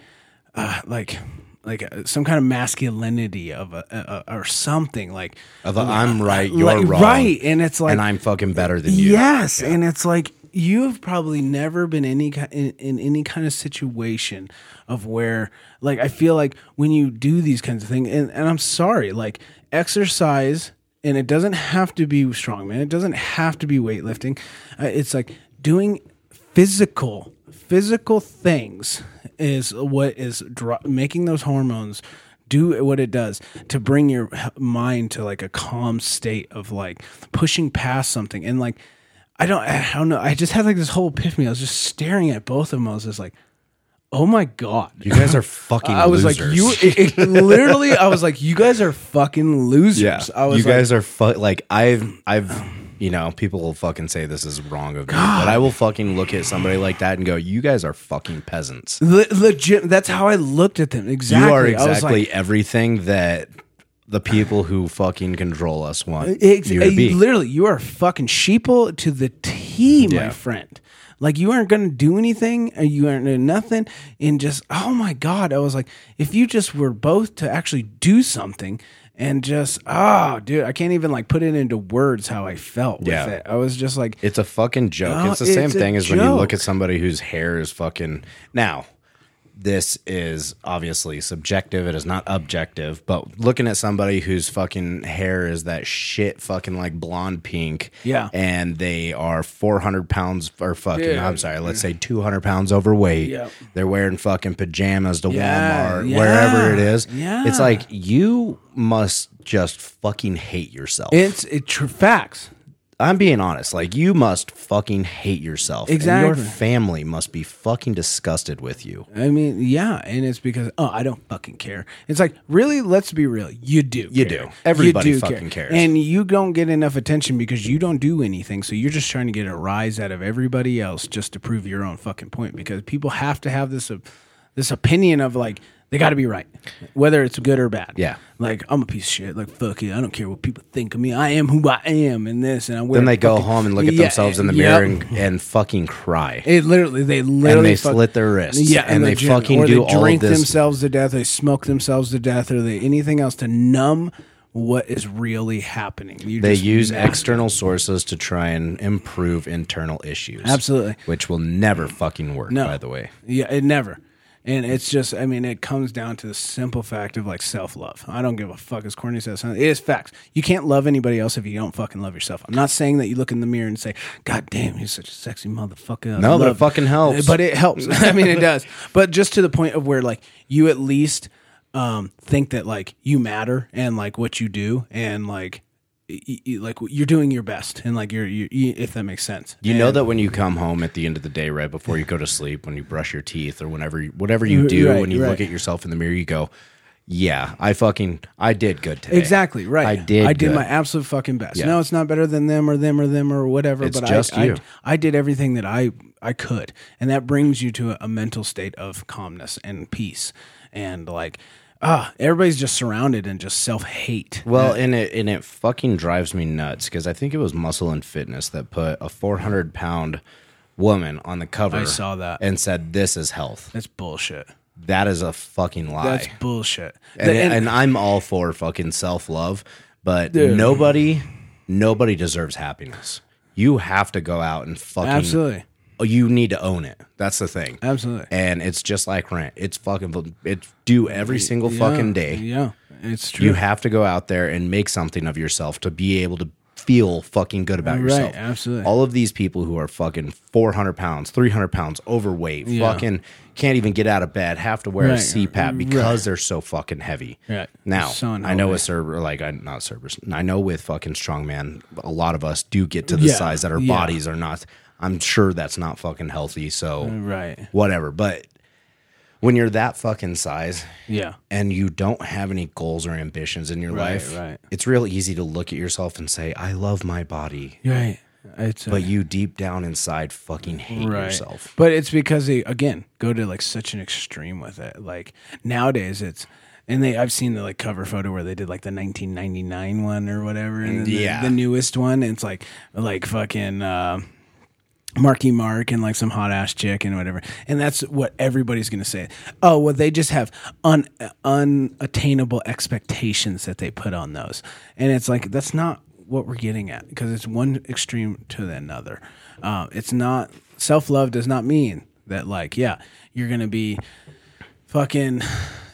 S2: uh, like, like uh, some kind of masculinity of a, a, a or something like
S1: Of a, I'm right, you're
S2: uh, like,
S1: wrong.
S2: right, and it's like
S1: and I'm fucking better than you.
S2: Yes, and it's like you've probably never been any ki- in, in any kind of situation of where like I feel like when you do these kinds of things, and, and I'm sorry, like exercise, and it doesn't have to be strongman, it doesn't have to be weightlifting. Uh, it's like doing physical physical things is what is dro- making those hormones do what it does to bring your h- mind to like a calm state of like pushing past something and like i don't i don't know i just had like this whole epiphany i was just staring at both of them i was just like oh my god
S1: You guys are fucking
S2: i was
S1: losers.
S2: like you it, it- literally i was like you guys are fucking losers
S1: Yeah,
S2: i was
S1: you
S2: like,
S1: guys are fu- like I've I've you know people will fucking say this is wrong of me, but I will fucking look at somebody like that and go, you guys are fucking peasants.
S2: le- legit that's how i looked at them exactly
S1: You are
S2: I was like,
S1: exactly everything that the people who fucking control us want
S2: Ex-
S1: you to be.
S2: Literally, you are fucking sheeple to the T, my
S1: Yeah.
S2: friend. Like you aren't going to do anything, or you aren't doing nothing, and just oh my god, I was like, if you just were both to actually do something, and just oh, dude, I can't even like put it into words how I felt
S1: Yeah.
S2: with it. I was just like,
S1: It's a fucking joke.
S2: No,
S1: it's the
S2: it's
S1: same
S2: a
S1: thing as when you look
S2: joke.
S1: at somebody whose hair is fucking. Now, this is obviously subjective. It is not objective, but looking at somebody whose fucking hair is that shit fucking like blonde pink.
S2: Yeah.
S1: And they are 400 pounds or fucking, I'm sorry, let's say 200 pounds overweight.
S2: Yep.
S1: They're wearing fucking pajamas to
S2: Yeah,
S1: Walmart,
S2: yeah,
S1: wherever it is.
S2: yeah.
S1: It's like you must just fucking hate yourself.
S2: it's it tr- facts.
S1: I'm being honest. Like you must fucking hate yourself. and
S2: Exactly.
S1: your family must be fucking disgusted with you.
S2: I mean, yeah, and it's because oh, I don't fucking care. It's like really, let's be real. You do.
S1: You do. Everybody fucking cares.
S2: And you don't get enough attention because you don't do anything. So you're just trying to get a rise out of everybody else just to prove your own fucking point. Because people have to have this op- this opinion of like they got to be right, whether it's good or bad.
S1: Yeah.
S2: Like I'm a piece of shit. Like fuck it. I don't care what people think of me. I am who I am, and this and I. Wear
S1: Then they go
S2: fucking-
S1: home and look at
S2: Yeah,
S1: themselves in the
S2: yep.
S1: mirror and, and fucking cry.
S2: It literally, they literally
S1: And they
S2: fuck-
S1: slit their wrists.
S2: Yeah,
S1: and they
S2: legit.
S1: fucking
S2: or
S1: do
S2: they
S1: all of
S2: drink
S1: this.
S2: themselves to death. They smoke themselves to death, or they anything else to numb what is really happening. You
S1: They
S2: just
S1: use
S2: numb.
S1: external sources to try and improve internal issues.
S2: Absolutely.
S1: Which will never fucking work,
S2: No.
S1: by the way.
S2: Yeah, it never. And it's just, I mean, it comes down to the simple fact of like self love. I don't give a fuck as corny as that sounds. It is facts. You can't love anybody else if you don't fucking love yourself. I'm not saying that you look in the mirror and say, God damn, he's such a sexy motherfucker. I
S1: No, but it
S2: love-"
S1: fucking helps.
S2: But it helps. I mean, it does. But just to the point of where like you at least um, think that like you matter and like what you do and like, y- y- y- like you're doing your best and like you're, you you- if that makes sense.
S1: You know
S2: And-
S1: that when you come home at the end of the day, right before you go to sleep, when you brush your teeth or whenever, you, whatever you
S2: You're
S1: do,
S2: right,
S1: when you
S2: you're
S1: look
S2: right.
S1: at yourself in the mirror, you go, yeah, I fucking I did good today.
S2: Exactly right.
S1: I did
S2: I did
S1: good.
S2: my absolute fucking best.
S1: Yeah.
S2: No, it's not better than them or them or them or whatever.
S1: It's
S2: but
S1: just
S2: I,
S1: you.
S2: I, I did everything that I I could, and that brings you to a, a mental state of calmness and peace, and like ah, everybody's just surrounded in just self hate.
S1: Well, and it and it fucking drives me nuts because I think it was Muscle and Fitness that put a 400 pound woman on the cover.
S2: I saw that.
S1: and said this is health.
S2: That's bullshit.
S1: That is a fucking lie.
S2: That's bullshit.
S1: and,
S2: The-
S1: and, I'm all for fucking self love, but nobody, nobody deserves happiness. You have to go out and fucking. oh,
S2: absolutely,
S1: You need to own it. That's the thing.
S2: absolutely.
S1: And it's just like rent. It's fucking. It's due every single fucking day.
S2: Yeah, it's true.
S1: You have to go out there and make something of yourself to be able to feel fucking good about yourself.
S2: absolutely.
S1: All of these people who are fucking 400 pounds, 300 pounds overweight,
S2: Yeah.
S1: fucking can't even get out of bed, have to wear a
S2: Right,
S1: CPAP because they're so fucking heavy.
S2: Right.
S1: Now,
S2: So
S1: I know
S2: unhealthy.
S1: with server, like, I, not servers, I know with fucking strongman, a lot of us do get to the
S2: Yeah,
S1: size that our
S2: yeah.
S1: bodies are not. I'm sure that's not fucking healthy. So,
S2: right.
S1: whatever. But when you're that fucking size,
S2: Yeah.
S1: and you don't have any goals or ambitions in your
S2: Right,
S1: life,
S2: right.
S1: it's real easy to look at yourself and say, I love my body.
S2: Right. It's uh,
S1: But you deep down inside fucking hate
S2: right.
S1: yourself.
S2: But it's because they again go to like such an extreme with it. Like nowadays, it's and they I've seen the like cover photo where they did like the 1999 one or whatever, and then the-
S1: Yeah.
S2: the, newest one. And it's like like fucking. Uh, Marky Mark and like some hot ass chick and whatever, and that's what everybody's gonna say. Oh well, they just have un unattainable expectations that they put on those, and it's like that's not what we're getting at because it's one extreme to the another. Um, it's not self love does not mean that like yeah you're gonna be fucking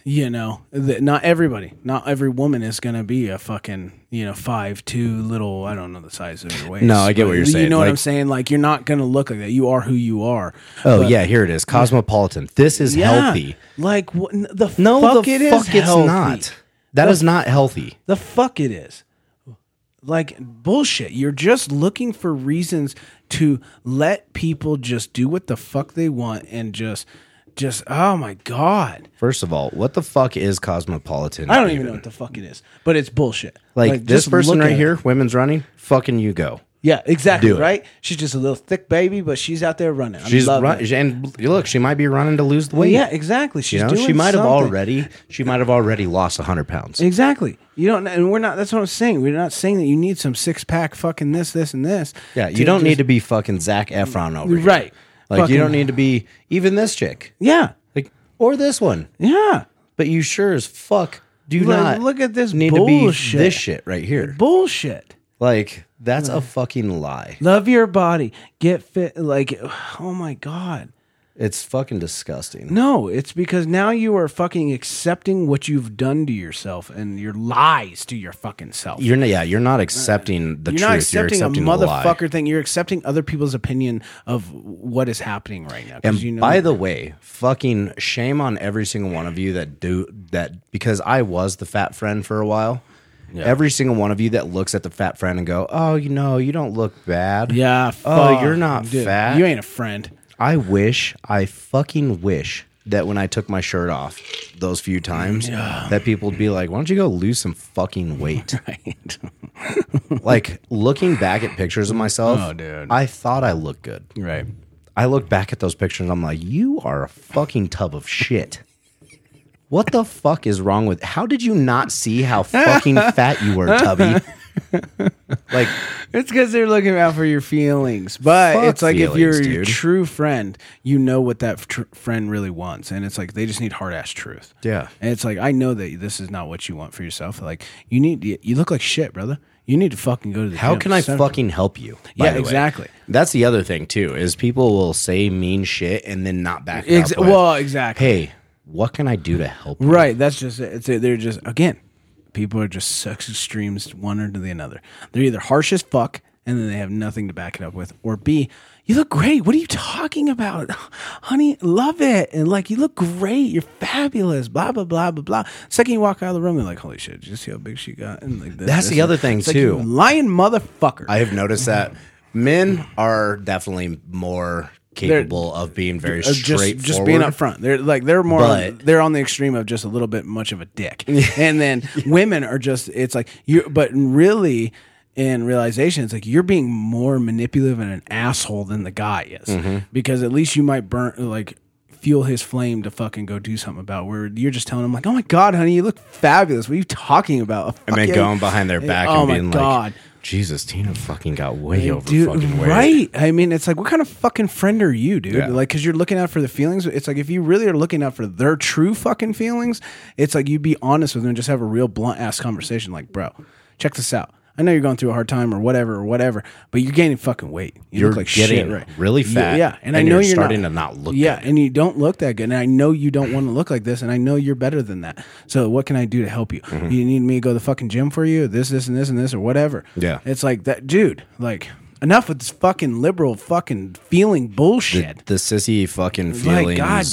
S2: you know that not everybody not every woman is gonna be a fucking you know five two little i don't know the size of your waist
S1: No, I get what
S2: but
S1: you're
S2: you
S1: saying.
S2: know what
S1: Like-
S2: i'm saying like you're not gonna look like that you are who you are
S1: Oh, yeah, here it is. Cosmopolitan. This is
S2: Yeah.
S1: healthy.
S2: like what n- the
S1: No,
S2: fuck
S1: the
S2: it is
S1: fuck it's
S2: healthy.
S1: not. That is not healthy.
S2: the fuck it is like bullshit you're just looking for reasons to let people just do what the fuck they want and just just oh my god
S1: First of all, what the fuck is cosmopolitan?
S2: I don't even know what the fuck it is, but it's bullshit.
S1: Like, this
S2: just
S1: person
S2: look
S1: right
S2: at it.
S1: here, women's running, fucking you go.
S2: Yeah, exactly.
S1: Do it.
S2: Right? She's just a little thick baby, but she's out there running. I'm
S1: She's
S2: loving
S1: run-
S2: it.
S1: and look, she might be running to lose the weight.
S2: Yeah, exactly. She's
S1: you know,
S2: doing.
S1: she might have
S2: something.
S1: already. She might have already lost hundred pounds.
S2: Exactly. You don't. And we're not. That's what I'm saying. We're not saying that you need some six pack fucking this, this, and this.
S1: Yeah, you don't need to be fucking Zach Efron over here.
S2: Right.
S1: Like
S2: Fucking-
S1: you don't need to be even this chick.
S2: Yeah.
S1: Like or this one.
S2: Yeah.
S1: But you sure as fuck do
S2: Like,
S1: not
S2: look at this
S1: need to
S2: bullshit.
S1: be this shit right here.
S2: Bullshit.
S1: Like that's a fucking lie.
S2: Love your body. Get fit. Like, oh my god.
S1: It's fucking disgusting.
S2: No, it's because now you are fucking accepting what you've done to yourself and your lies to your fucking self.
S1: You're not yeah, you're not accepting the
S2: You're
S1: truth.
S2: not accepting,
S1: you're accepting
S2: a
S1: the lie.
S2: motherfucker thing. You're accepting other people's opinion of what is happening right now. 'cause
S1: And
S2: you know,
S1: by the way, fucking shame on every single one of you that do that because I was the fat friend for a while. Every single one of you that looks at the fat friend and go, "Oh, you know, you don't look bad."
S2: yeah.
S1: Oh,
S2: fuck,
S1: you're not
S2: dude.
S1: fat.
S2: You ain't a friend.
S1: I wish, I fucking wish that when I took my shirt off those few times, that people would be like, why don't you go lose some fucking weight?
S2: Right.
S1: like looking back at pictures of myself,
S2: Oh, dude.
S1: I thought I looked good.
S2: right.
S1: I look back at those pictures and I'm like, you are a fucking tub of shit. What the fuck is wrong with how did you not see how fucking fat you were, Tubby? Like
S2: It's because they're looking out for your feelings, but
S1: Fuck
S2: it's like if you're
S1: feelings,
S2: your
S1: dude.
S2: true friend, you know what that tr- friend really wants, and it's like they just need hard ass truth.
S1: Yeah.
S2: and it's like I know that this is not what you want for yourself. Like you need, you, you look like shit, brother. You need to fucking go to the.
S1: How
S2: gym.
S1: can I
S2: Son of a-
S1: fucking help you? by
S2: Yeah,
S1: the way?
S2: exactly.
S1: That's the other thing too is people will say mean shit and then not back it
S2: Ex-
S1: up. with,
S2: well, exactly.
S1: hey, what can I do to help? you?"
S2: Right. That's just it. It's, they're just again, people are just such extremes one or to the another. They're either harsh as fuck and then they have nothing to back it up with, or B, you look great. What are you talking about, honey? Love it and like you look great. You're fabulous. Blah blah blah blah blah. Second you walk out of the room, they're like, holy shit! Did you see how big she got? And like this,
S1: That's
S2: this,
S1: the
S2: and-
S1: other thing,
S2: It's like,
S1: too.
S2: you lying motherfucker.
S1: I have noticed that men are definitely more capable of being very
S2: of uh, just
S1: straightforward.
S2: just being up front. They're like they're more
S1: But-
S2: they're on the extreme of just a little bit much of a dick. and then women are just it's like you but really in realization it's like you're being more manipulative and an asshole than the guy is
S1: Mm-hmm.
S2: because at least you might burn like fuel his flame to fucking go do something about where you're just telling him like oh my god honey you look fabulous what are you talking about
S1: I mean,
S2: Fucking-
S1: going behind their back
S2: oh
S1: and
S2: my
S1: being
S2: God.
S1: like, Jesus, Tina fucking got way over
S2: Dude,
S1: fucking weird.
S2: right? I mean, it's like, what kind of fucking friend are you, dude?
S1: Yeah.
S2: Like, because you're looking out for the feelings. It's like if you really are looking out for their true fucking feelings, it's like you'd be honest with them, and just have a real blunt ass conversation. Like, bro, check this out. I know you're going through a hard time or whatever or whatever, but you're gaining fucking weight. You
S1: You're
S2: look like
S1: getting
S2: shit, right?
S1: really fat.
S2: Yeah, and, I
S1: and
S2: know
S1: you're
S2: you're,
S1: starting
S2: not,
S1: to not look
S2: Yeah, and you don't look that good. And I know you don't want to look like this. And I know you're better than that. So what can I do to help you?
S1: Mm-hmm.
S2: You need me to go to the fucking gym for you? This, this, and this, and this, or whatever.
S1: Yeah.
S2: It's like that, dude. Like enough with this fucking liberal fucking feeling bullshit.
S1: the sissy fucking
S2: My
S1: feelings.
S2: God.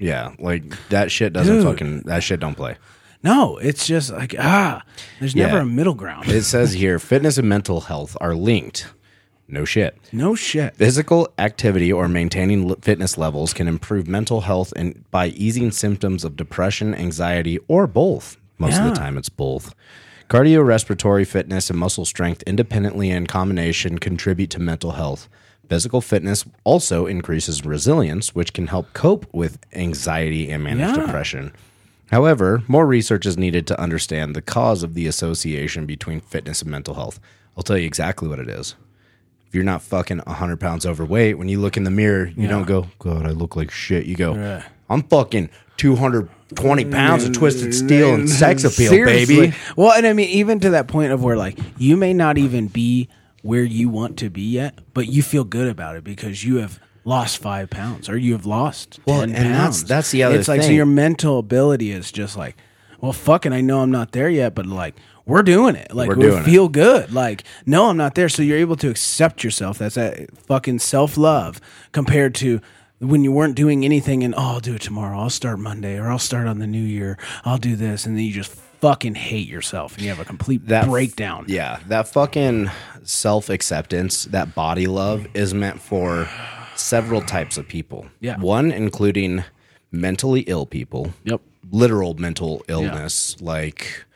S1: Yeah, like that shit doesn't
S2: Dude.
S1: fucking that shit don't play.
S2: no, it's just like ah, there's never
S1: Yeah.
S2: a middle ground.
S1: It says here fitness and mental health are linked. No shit.
S2: no shit.
S1: Physical activity or maintaining l- fitness levels can improve mental health and by easing symptoms of depression, anxiety, or both. Most of
S2: Yeah.
S1: the time, it's both. Cardiorespiratory fitness and muscle strength independently and in combination contribute to mental health. Physical fitness also increases resilience, which can help cope with anxiety and manage
S2: Yeah.
S1: depression. However, more research is needed to understand the cause of the association between fitness and mental health. I'll tell you exactly what it is if you're not fucking 100 pounds overweight, when you look in the mirror, you don't go, God, I look like shit. You go, I'm fucking 220 pounds of twisted steel and sex appeal,
S2: Seriously.
S1: baby.
S2: Well, and I mean, even to that point of where like you may not even be where you want to be yet, but you feel good about it because you have lost five pounds or you have lost
S1: Well,
S2: ten
S1: and that's-
S2: pounds.
S1: that's the other
S2: It's like so
S1: thing.
S2: your mental ability is just like, well, fucking, I know I'm not there yet, but like. We're doing it. Like
S1: We're
S2: we
S1: doing it.
S2: feel good. Like no, I'm not there. So you're able to accept yourself. That's that fucking self love compared to when you weren't doing anything and oh, I'll do it tomorrow. I'll start Monday or I'll start on the new year. I'll do this, and then you just fucking hate yourself and you have a complete
S1: That f-
S2: breakdown.
S1: Yeah, that fucking self acceptance, that body love is meant for several types of people.
S2: Yeah.
S1: One, including mentally ill people.
S2: Yep.
S1: Literal mental illness, like,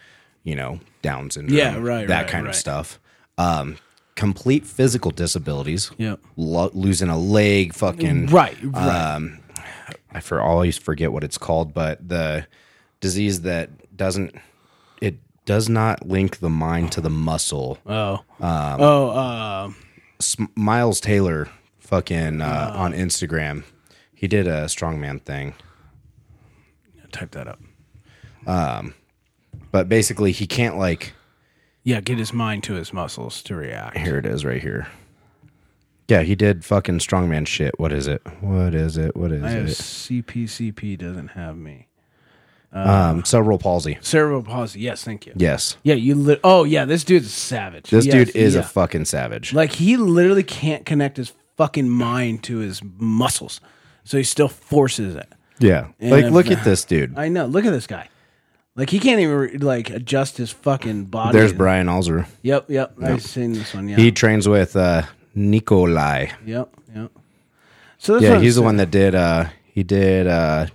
S1: you know, Down syndrome.
S2: Yeah, right,
S1: That
S2: right,
S1: kind
S2: right.
S1: of stuff. Um, complete physical disabilities.
S2: Yep.
S1: Lo- losing a leg, fucking.
S2: Right.
S1: Uh,
S2: Right.
S1: I for always forget what it's called, but the disease that doesn't, it does not link the mind to the muscle. Um,
S2: oh. oh. Uh,
S1: S- Miles Taylor fucking
S2: Oh.
S1: uh, on Instagram. He did a strongman thing,
S2: type that up.
S1: but basically he can't like.
S2: Yeah. Get his mind to his muscles to react.
S1: Here it is, right here. Yeah, he did fucking strongman shit. What is it? What is it? What is
S2: I have
S1: it?
S2: CPCP doesn't have me.
S1: Um, cerebral palsy.
S2: Cerebral palsy. Yes. Thank you.
S1: Yes,
S2: Yeah. You. Li- oh yeah. This dude's a savage.
S1: this
S2: Yes,
S1: dude is
S2: yeah.
S1: a fucking savage.
S2: Like he literally can't connect his fucking mind to his muscles, so he still forces it.
S1: Yeah, like
S2: And-
S1: look at this dude.
S2: I know. Look at this guy. Like he can't even re- like adjust his fucking body.
S1: There's Brian Alzer.
S2: Yep, yep. I've seen this one. Yeah.
S1: He trains with uh, Nikolai.
S2: yep, yep. So this
S1: Yeah,
S2: one's-
S1: he's the one that did. Uh, he did uh,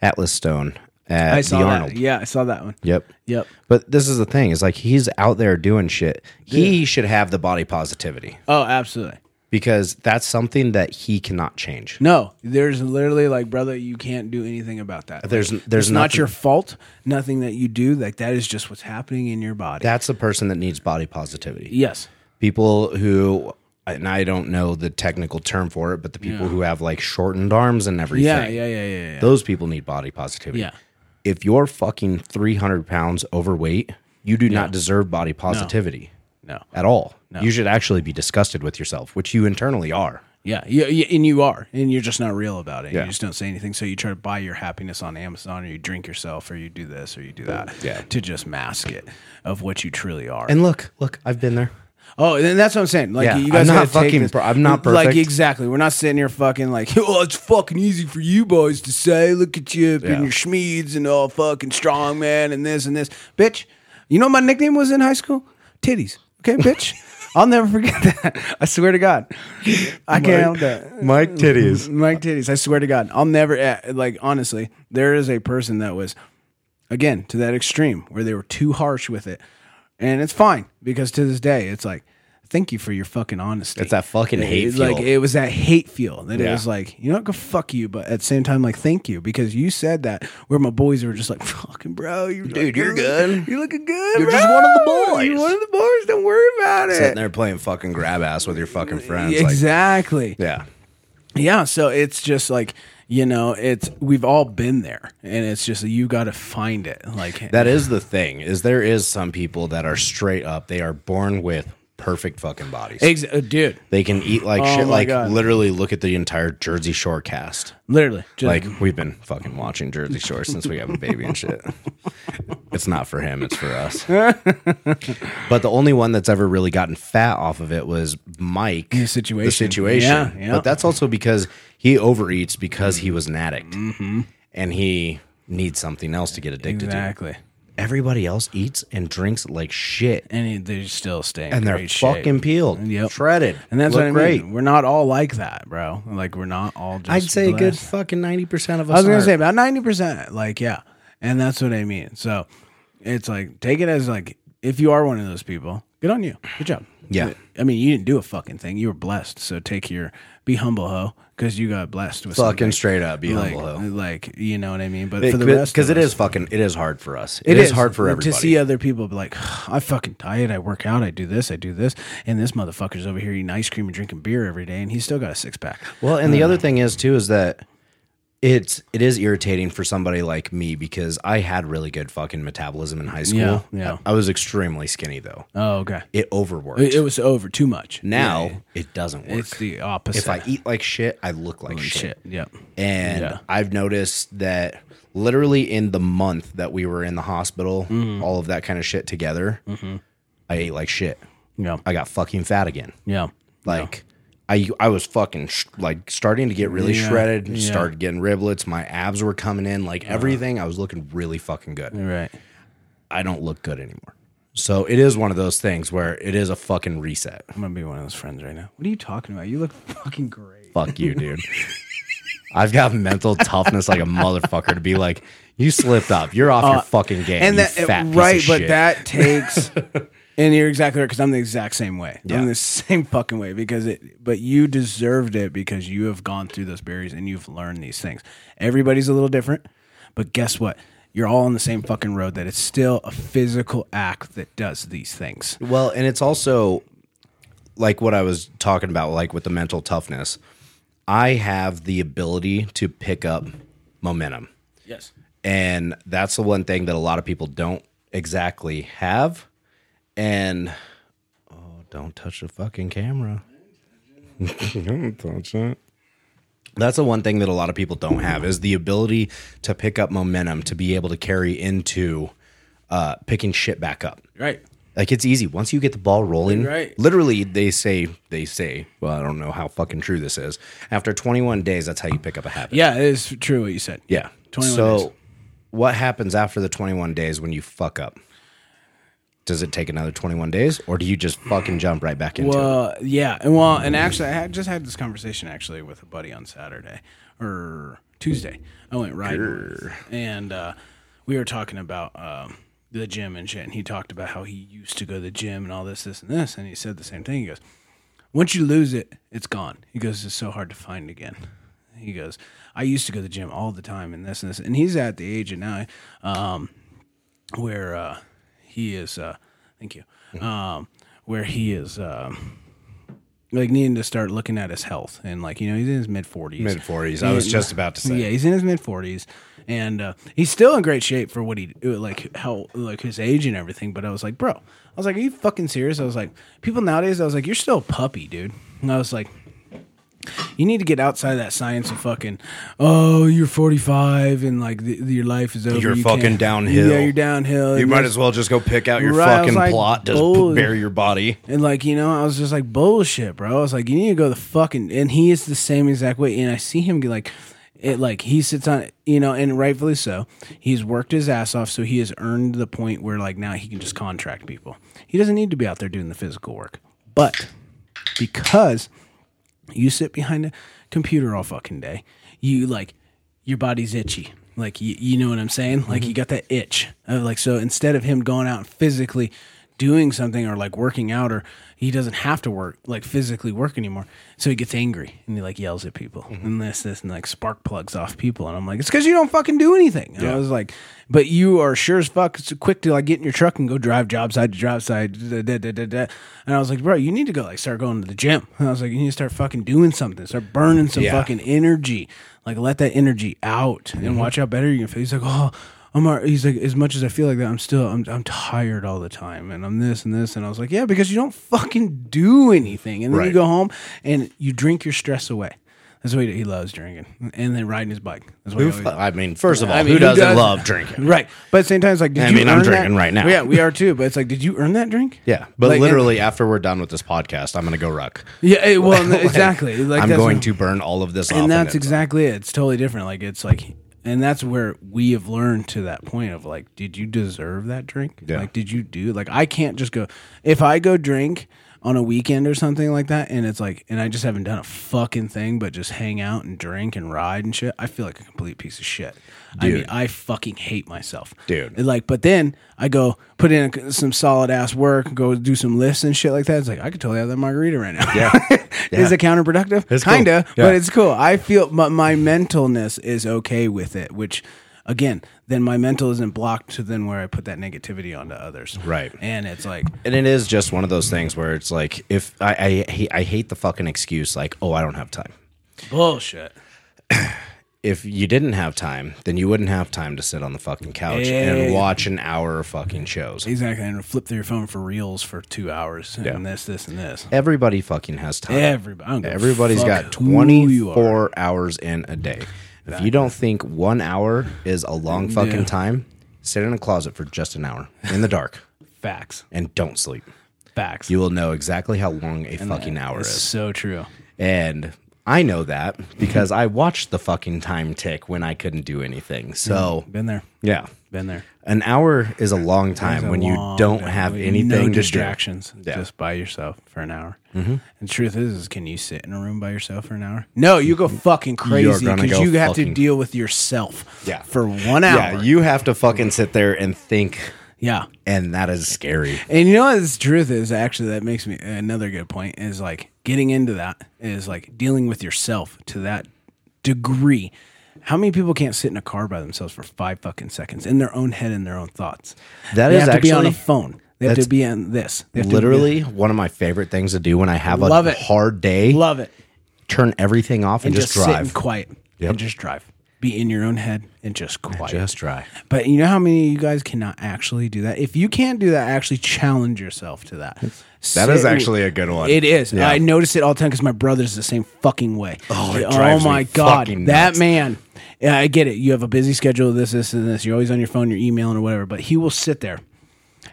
S1: Atlas Stone at
S2: I saw
S1: the
S2: that.
S1: Arnold.
S2: Yeah, I saw that one.
S1: Yep.
S2: Yep.
S1: But this is the thing: is like he's out there doing shit. He should have the body positivity
S2: Oh, absolutely.
S1: because that's something that he cannot change.
S2: No, there's literally like, brother, you can't do anything about that.
S1: There's
S2: it's
S1: there's
S2: not
S1: not
S2: your fault. Nothing that you do, like that, is just what's happening in your body.
S1: That's the person that needs body positivity.
S2: yes.
S1: People who and I don't know the technical term for it, but the people who have like shortened arms and everything.
S2: Yeah, yeah, yeah, yeah, yeah.
S1: Those people need body positivity.
S2: Yeah.
S1: If you're fucking 300 pounds overweight, you do not deserve body positivity
S2: No.
S1: at all. You should actually be disgusted with yourself, which you internally are.
S2: Yeah, yeah, yeah, and you are, and you're just not real about it.
S1: Yeah.
S2: You just don't say anything. So you try to buy your happiness on Amazon, or you drink yourself, or you do this, or you do that,
S1: Yeah.
S2: to just mask it of what you truly are.
S1: And look, look, I've been there.
S2: oh, and that's what I'm saying. Like
S1: Yeah,
S2: you guys
S1: I'm
S2: gotta
S1: not
S2: take
S1: fucking
S2: this-
S1: per- I'm not
S2: Like
S1: perfect.
S2: exactly, we're not sitting here fucking like, oh, it's fucking easy for you boys to say. Look at you
S1: Yeah.
S2: and your schmeeds and all fucking strong man and this and this, bitch. You know what my nickname was in high school? Titties. Okay, bitch. I'll never forget that. I swear to God, I can't help that.
S1: Mike titties.
S2: Mike titties. I swear to God, I'll never eh, like honestly. There is a person that was again to that extreme where they were too harsh with it, and it's fine because to this day it's like, thank you for your fucking honesty.
S1: It's that fucking hate
S2: It's
S1: fuel.
S2: Like it was that hate feel that it
S1: Yeah.
S2: was like you know go fuck you, but at the same time like thank you because you said that. Where my boys were just like fucking bro, you
S1: Dude, you're good.
S2: You're looking good.
S1: You're
S2: bro.
S1: just one of the boys."
S2: You're one of the boys. Don't worry about
S1: Sitting
S2: it.
S1: there playing fucking grab ass with your fucking friends. Like,
S2: Exactly.
S1: yeah.
S2: Yeah, so it's just like you know, it's we've all been there, and it's just you got to find it. Like
S1: That is the thing, is there is some people that are straight up, they are born with perfect fucking bodies.
S2: ex- uh, dude,
S1: They can eat like
S2: Oh
S1: shit.
S2: my
S1: Like
S2: God.
S1: literally, look at the entire Jersey Shore cast.
S2: literally, just,
S1: Like we've been fucking watching Jersey Shore since we have a baby and shit. It's not for him; it's for us. but the only one that's ever really gotten fat off of it was Mike. The
S2: Situation.
S1: The situation.
S2: Yeah, yeah.
S1: But that's also because he overeats because he was an addict,
S2: Mm-hmm.
S1: and he needs something else to get addicted
S2: exactly,
S1: to. Everybody else eats and drinks like shit,
S2: and it- they're still staying,
S1: and they're
S2: great shape.
S1: fucking peeled,
S2: Yep.
S1: shredded,
S2: and that's
S1: look
S2: what I mean.
S1: great.
S2: We're not all like that, bro. Like we're not all. just
S1: I'd say a good
S2: blessed.
S1: fucking ninety percent of us.
S2: I was gonna
S1: are.
S2: say about ninety percent. Like yeah, and that's what I mean. So it's like take it as like if you are one of those people, good on you. Good job.
S1: Yeah.
S2: I mean, you didn't do a fucking thing. You were blessed. So take your be humble ho because you got blessed with
S1: fucking
S2: something.
S1: straight up. Be
S2: like,
S1: humble though,
S2: like you know what I mean. But for the rest,
S1: because
S2: of
S1: it
S2: us,
S1: is fucking. It is hard for us. it is, hard for everybody.
S2: to see other people be like, I fucking diet. I work out. I do this. I do this. And this motherfucker's over here eating ice cream and drinking beer every day, and he's still got a six pack.
S1: Well,
S2: Mm-hmm.
S1: and the other thing is too is that it's it is irritating for somebody like me because I had really good fucking metabolism in high school.
S2: Yeah, yeah.
S1: I, I was extremely skinny though.
S2: Oh, okay.
S1: It overworked.
S2: It, it was over too much.
S1: now
S2: Yeah.
S1: it doesn't work.
S2: it's the opposite.
S1: if I eat like shit, I look like shit.
S2: shit. Yep.
S1: And
S2: Yeah.
S1: I've noticed that literally in the month that we were in the hospital,
S2: Mm-hmm.
S1: all of that kind of shit together, I ate like shit.
S2: Yeah.
S1: I got fucking fat again.
S2: Yeah.
S1: Like I I was fucking sh- like starting to get really
S2: Yeah,
S1: shredded,
S2: yeah.
S1: started getting riblets, my abs were coming in, like everything. I was looking really fucking good.
S2: Right.
S1: I don't look good anymore. So it is one of those things where it is a fucking reset.
S2: I'm gonna be one of those friends right now. What are you talking about? You look fucking great.
S1: Fuck you, dude. I've got mental toughness like a motherfucker to be like, you slipped up. You're off your fucking game.
S2: Uh, and
S1: you
S2: that
S1: fat piece of
S2: right, but
S1: shit."
S2: that takes. and you're exactly right because I'm the exact same way.
S1: Yeah.
S2: I'm the same fucking way because it. But you deserved it because you have gone through those barriers and you've learned these things. Everybody's a little different, but guess what? You're all on the same fucking road. That it's still a physical act that does these things.
S1: Well, and it's also like what I was talking about, like with the mental toughness. I have the ability to pick up momentum.
S2: Yes.
S1: And that's the one thing that a lot of people don't exactly have. And oh, don't touch the fucking camera. don't touch that. That's the one thing that a lot of people don't have is the ability to pick up momentum to be able to carry into uh, picking shit back up.
S2: Right.
S1: Like it's easy once you get the ball rolling.
S2: Right.
S1: Literally, they say they say. Well, I don't know how fucking true this is. After 21 days, that's how you pick up a habit.
S2: Yeah, it is true what you said.
S1: Yeah.
S2: 21
S1: so,
S2: days.
S1: what happens after the 21 days when you fuck up? Does it take another 21 days, or do you just fucking jump right back into it?
S2: Well, yeah, and well, and actually, I had just had this conversation actually with a buddy on Saturday or Tuesday. I went riding, and uh, we were talking about um, the gym and shit. And he talked about how he used to go to the gym and all this, this, and this. And he said the same thing. He goes, "Once you lose it, it's gone." He goes, "It's so hard to find again." He goes, "I used to go to the gym all the time and this and this." And he's at the age and now. Um, where uh, he is. Uh, thank you.
S1: Mm-hmm.
S2: Um, where he is um, like needing to start looking at his health and like you know he's in his mid forties.
S1: Mid 40s. I was just about to say.
S2: Yeah, he's in his mid forties, and uh, he's still in great shape for what he like how like his age and everything. But I was like, bro, I was like, are you fucking serious? I was like, people nowadays, I was like, you're still a puppy, dude. And I was like. You need to get outside of that science of fucking, oh, you're 45 and like th- your life is over.
S1: You're
S2: you
S1: fucking
S2: can't-
S1: downhill.
S2: Yeah, you're downhill.
S1: You
S2: and
S1: might
S2: this-
S1: as well just go pick out your
S2: Right, I
S1: fucking
S2: was like, oh,
S1: plot to
S2: "Bull."
S1: p- bury your body.
S2: And like, you know, I was just like, bullshit, bro. I was like, you need to go the fucking and he is the same exact way. And I see him get like it like he sits on you know, and rightfully so. He's worked his ass off, so he has earned the point where like now he can just contract people. He doesn't need to be out there doing the physical work. But because you sit behind a computer all fucking day, you like your body's itchy. Like you, you know what I'm saying? Like you got that itch. Of, like so instead of him going out and physically doing something or like working out or he doesn't have to work like physically work anymore. So he gets angry and he like yells at people
S1: Mm-hmm.
S2: and this this and like spark plugs off people and I'm like it's cuz you don't fucking do anything. And I was like but you are sure as fuck s- quick to like get in your truck and go drive job side to job side da, da, da, da, da. and I was like bro you need to go like start going to the gym. And I was like you need to start fucking doing something. Start burning some
S1: Yeah.
S2: fucking energy. Like let that energy out
S1: Mm-hmm.
S2: and watch how better you can feel. He's like oh I'm all, he's like, as much as I feel like that, I'm still, I'm, I'm tired all the time and I'm this and this. And I was like, yeah, because you don't fucking do anything. And then you
S1: Right.
S2: go home and you drink your stress away. That's what he, he loves drinking. And then riding his bike. That's what he always-
S1: I mean, first of all,
S2: I mean,
S1: who, doesn't
S2: does-
S1: love drinking?
S2: Right. But at the same time, it's like, did
S1: I
S2: you
S1: mean, I'm
S2: earn that?
S1: drinking right now.
S2: Yeah, we are too. But it's like, did you earn that drink?
S1: Yeah, but
S2: Like,
S1: literally after we're done with this podcast, I'm gonna go ruck.
S2: Yeah. eh, well,
S1: Like,
S2: exactly. Like
S1: I'm
S2: that's
S1: going
S2: what-
S1: to burn all of this off.
S2: and that's
S1: then-
S2: exactly it. It's totally different. Like it's like, and that's where we have learned to that point of like, did you deserve that drink?
S1: Yeah.
S2: Like, did you do? Like, I can't just go. If I go drink on a weekend or something like that, and it's like, and I just haven't done a fucking thing but just hang out and drink and ride and shit. I feel like a complete piece of shit. I mean, I fucking hate myself,
S1: Dude.
S2: And, like, but then I go put in a- some solid ass work, go do some lifts and shit like that. It's like I could totally have that margarita right now.
S1: Yeah.
S2: Is it counterproductive?
S1: It's cool.
S2: Kinda,
S1: Yeah.
S2: but it's cool. I feel my, my mentalness is okay with it, which again, then my mental isn't blocked to then where I put that negativity onto others.
S1: Right.
S2: And it's like,
S1: and it is just one of those things where it's like, if I I, hate- I hate the fucking excuse like, oh, I don't have time.
S2: bullshit.
S1: If you didn't have time, then you wouldn't have time to sit on the fucking couch and
S2: Yeah.
S1: watch an hour of fucking shows.
S2: Exactly. And flip through your phone for reels for two hours and this, this, and this.
S1: Everybody fucking has time.
S2: Everybody. I don't give a
S1: Everybody's
S2: fuck
S1: got
S2: who you are.
S1: 24 hours in a day. If you don't think one hour is a long fucking
S2: Yeah.
S1: time, sit in a closet for just an hour in the dark
S2: Facts.
S1: and don't sleep.
S2: Facts.
S1: You will know exactly how long a fucking hour
S2: it's
S1: is.
S2: so true.
S1: And I know that because I watched the fucking time tick when I couldn't do anything. So,
S2: Been there.
S1: yeah.
S2: Been there.
S1: An hour is a long time
S2: a
S1: when you
S2: long
S1: don't
S2: day.
S1: have
S2: No
S1: anything to do. Mm-hmm.
S2: distractions. Just by yourself for an hour. And truth is, is, can you sit in a room by yourself for an hour? No, you go fucking crazy
S1: Mm-hmm. gonna
S2: because
S1: go
S2: you have to
S1: fucking-
S2: deal with yourself.
S1: Yeah.
S2: for one hour.
S1: Yeah, you have to fucking sit there and think,
S2: yeah.
S1: and that is scary.
S2: And you know what the truth is actually that makes me another good point is like getting into that is like dealing with yourself to that degree. How many people can't sit in a car by themselves for five fucking seconds in their own head and their own thoughts?
S1: That
S2: That is
S1: is
S2: they have to be on a
S1: actually-
S2: phone. They have
S1: that's
S2: to be on this. They have to be-
S1: literally one of my favorite things to do when I have a
S2: Love it.
S1: hard day.
S2: love it.
S1: turn everything off and, just,
S2: sit
S1: drive.
S2: and quiet and just drive. Be in your own head and just quiet.
S1: just drive.
S2: but you know how many of you guys cannot actually do that? If you can't do that, actually challenge yourself to that. That is
S1: That is actually a good one.
S2: It is.
S1: Yeah.
S2: I notice it all the time because my brother's the same fucking way. Oh,
S1: it drives me
S2: my god,
S1: fucking
S2: that
S1: nuts.
S2: man! Yeah, I get it. You have a busy schedule. This, this, and this. You're always on your phone. You're emailing or whatever. But he will sit there,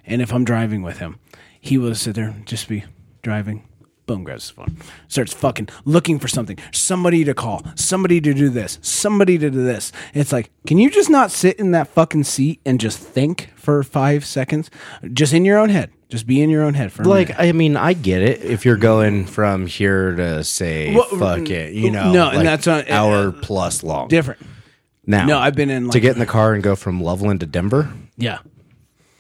S2: and if I'm driving with him, he will sit there and just be driving. Boom, grabs his phone, starts fucking looking for something, somebody to call, somebody to do this, somebody to do this. It's like, can you just not sit in that fucking seat and just think for five seconds, just in your own head, just be in your own head for a minute.
S1: Like I mean, I get it if you're going from here to say
S2: Well,
S1: fuck it, you know,
S2: no, and
S1: like,
S2: that's not-
S1: hour plus long.
S2: different.
S1: now,
S2: No, I've been in,
S1: to
S2: like-
S1: get in the car and go from Loveland to Denver.
S2: Yeah.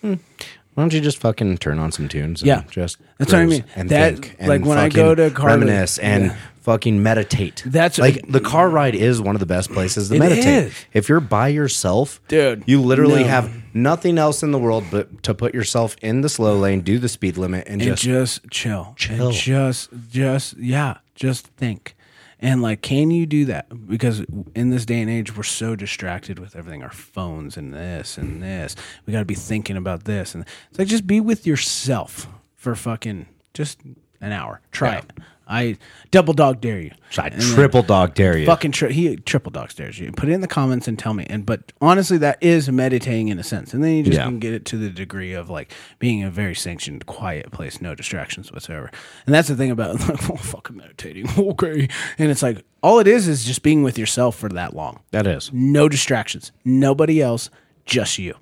S1: Why don't you just fucking turn on some tunes? And
S2: Yeah.
S1: just
S2: That's what I
S1: cruise
S2: mean.
S1: And
S2: That-
S1: think
S2: like,
S1: and
S2: when I go
S1: fucking
S2: to Carly-
S1: reminisce and fucking meditate.
S2: That's-
S1: like the car ride is one of the best places to
S2: It
S1: meditate.
S2: is.
S1: If you're by yourself,
S2: Dude,
S1: you literally
S2: no.
S1: have nothing else in the world but to put yourself in the slow lane, do the speed limit, and,
S2: And
S1: just
S2: just chill.
S1: Chill.
S2: And just just yeah, just think. And like can you do that? Because in this day and age we're so distracted with everything, our phones and this and this. We got to be thinking about this and it's like just be with yourself for fucking just an hour. Try it. I double dog dare you.
S1: I
S2: And then-
S1: triple dog dare you.
S2: Fucking tri- he triple dog stares you. Put it in the comments and tell me. And but honestly, that is meditating in a sense. And then you just
S1: Yeah.
S2: can get it to the degree of like being a very sanctioned, quiet place, no distractions whatsoever. And that's the thing about like, oh, fucking meditating. Okay, and it's like all it is is just being with yourself for that long.
S1: That is.
S2: No distractions. Nobody else. Just you.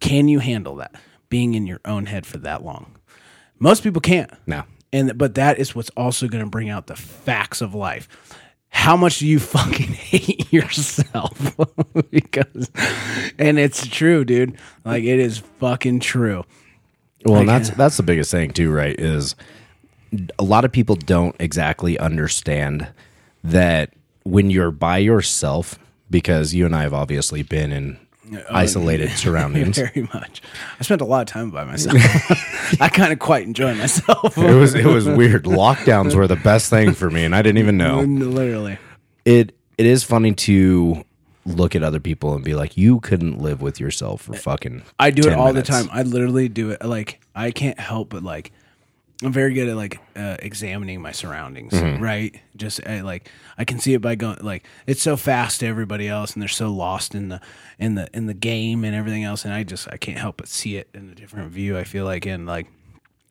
S2: Can you handle that? Being in your own head for that long. Most people can't.
S1: No.
S2: and but that is what's also going to bring out the facts of life. How much do you fucking hate yourself? because, and it's true, dude. Like it is fucking true.
S1: Well, and that's that's the biggest thing too, right? Is a lot of people don't exactly understand that when you're by yourself, because you and I have obviously been in
S2: Uh,
S1: isolated surroundings. it
S2: Very much. I spent a lot of time by myself. I kind of quite enjoy myself.
S1: was it was weird. Lockdowns were the best thing for me, and I didn't even
S2: Mm-hmm.
S1: know.
S2: Literally.
S1: It it is funny to look at other people and be like, you couldn't live with yourself for fucking.
S2: I do it
S1: 10
S2: all
S1: minutes."
S2: the time. I literally do it. Like I can't help but like I'm very good at like uh, examining my surroundings, right? Just uh, like I can see it by going like it's so fast to everybody else, and they're so lost in the in the in the game and everything else, and I just I can't help but see it in a different view. I feel like and like